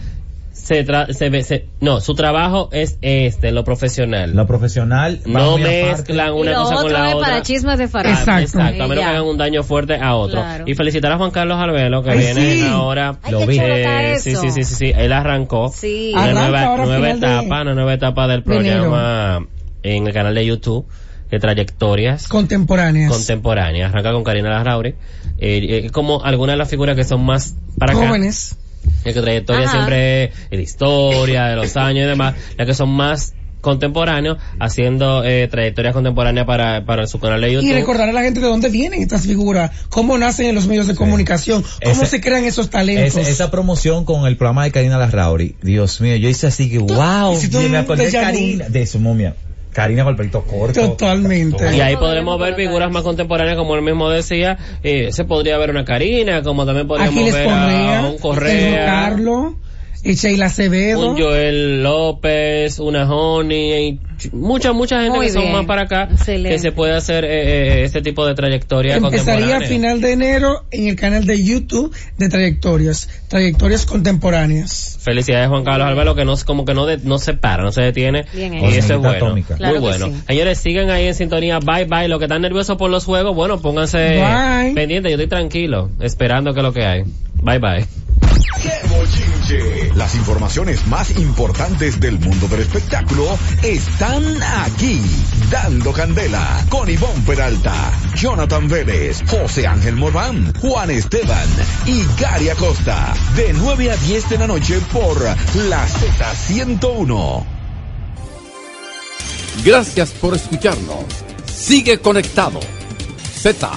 Speaker 6: se, tra- se ve- se- no su trabajo es este lo profesional
Speaker 4: Lo profesional. va
Speaker 6: no
Speaker 4: muy aparte.
Speaker 6: mezclan
Speaker 3: y
Speaker 6: una
Speaker 3: lo
Speaker 6: cosa
Speaker 3: otro
Speaker 6: con la
Speaker 3: es
Speaker 6: otra
Speaker 3: para chismes de
Speaker 6: Ah,
Speaker 3: farol.
Speaker 5: Exacto.
Speaker 6: a menos
Speaker 3: Ya.
Speaker 6: que hagan un daño fuerte a otro.
Speaker 3: Claro.
Speaker 6: Y felicitar a Juan Carlos Arbelo, que
Speaker 5: Ay,
Speaker 6: viene
Speaker 5: sí.
Speaker 6: ahora.
Speaker 3: Ay,
Speaker 4: Lo
Speaker 3: qué
Speaker 4: vi.
Speaker 3: chulo está
Speaker 6: Eh,
Speaker 3: eso.
Speaker 6: sí, sí, sí, sí, sí, él arrancó.
Speaker 3: Sí.
Speaker 6: Una
Speaker 5: Arranca
Speaker 6: nueva,
Speaker 5: ahora a
Speaker 6: nueva
Speaker 5: final de-
Speaker 6: etapa, una nueva etapa del
Speaker 5: de enero.
Speaker 6: programa en el canal de YouTube de trayectorias
Speaker 5: Contemporáneas.
Speaker 6: contemporáneas. Arranca con Karina Larrauri. Eh, eh, como algunas de las figuras que son más para acá.
Speaker 5: Jóvenes.
Speaker 6: El que trayectoria
Speaker 3: Ajá.
Speaker 6: siempre es de la historia, de los años y demás, las que son más contemporáneos, haciendo eh, trayectorias contemporáneas para, para su canal de YouTube.
Speaker 5: Y recordar a la gente de dónde vienen estas figuras, cómo nacen en los medios de comunicación, cómo
Speaker 4: Ese-
Speaker 5: se crean esos
Speaker 4: Esa,
Speaker 5: talentos.
Speaker 4: esa promoción con el programa de Karina Larrauri, Dios mío, yo hice así que wow,
Speaker 5: y si tú
Speaker 4: y me acordé de
Speaker 5: déjà vu.
Speaker 4: Karina, de su momia. Karina con el pelito corto.
Speaker 5: Totalmente.
Speaker 6: Y ahí
Speaker 3: Podríamos
Speaker 6: podremos ver
Speaker 3: colocar
Speaker 6: figuras más contemporáneas, como él mismo decía, eh, se podría ver una Karina, como también podríamos
Speaker 5: Aquiles
Speaker 6: ver
Speaker 5: Correa,
Speaker 6: a un
Speaker 5: Sergio
Speaker 6: Correa,
Speaker 5: Este Carlos, y Sheila Acevedo.
Speaker 6: un Joel López, una Honey, y mucha, mucha gente
Speaker 3: Muy
Speaker 6: que son
Speaker 3: bien.
Speaker 6: más para acá,
Speaker 3: Excelente.
Speaker 6: que se puede hacer eh, eh, este tipo de trayectoria
Speaker 5: Empezaría a
Speaker 6: contemporánea.
Speaker 5: final de enero en el canal de YouTube de Trayectorias, Trayectorias Contemporáneas.
Speaker 6: Felicidades Juan Carlos Álvaro que no como que no de- no se para, no se detiene
Speaker 3: Bien
Speaker 6: y
Speaker 3: hecho.
Speaker 6: eso es bueno.
Speaker 4: Atómica.
Speaker 3: Claro que
Speaker 6: Muy bueno.
Speaker 3: sí.
Speaker 6: Señores, sigan ahí en sintonía. Bye bye. Los que están nerviosos por los juegos, bueno, pónganse
Speaker 5: Bye.
Speaker 6: pendientes. Yo estoy tranquilo, esperando que lo que hay. Bye bye.
Speaker 1: ¡Qué bochinche! Las informaciones más importantes del mundo del espectáculo están aquí. Dando Candela con Ivonne Peralta, Jonathan Vélez, José Ángel Morván, Juan Esteban y Gary Acosta. De 9 a 10 de la noche por la Z101.
Speaker 10: Gracias por escucharnos. Sigue conectado. Z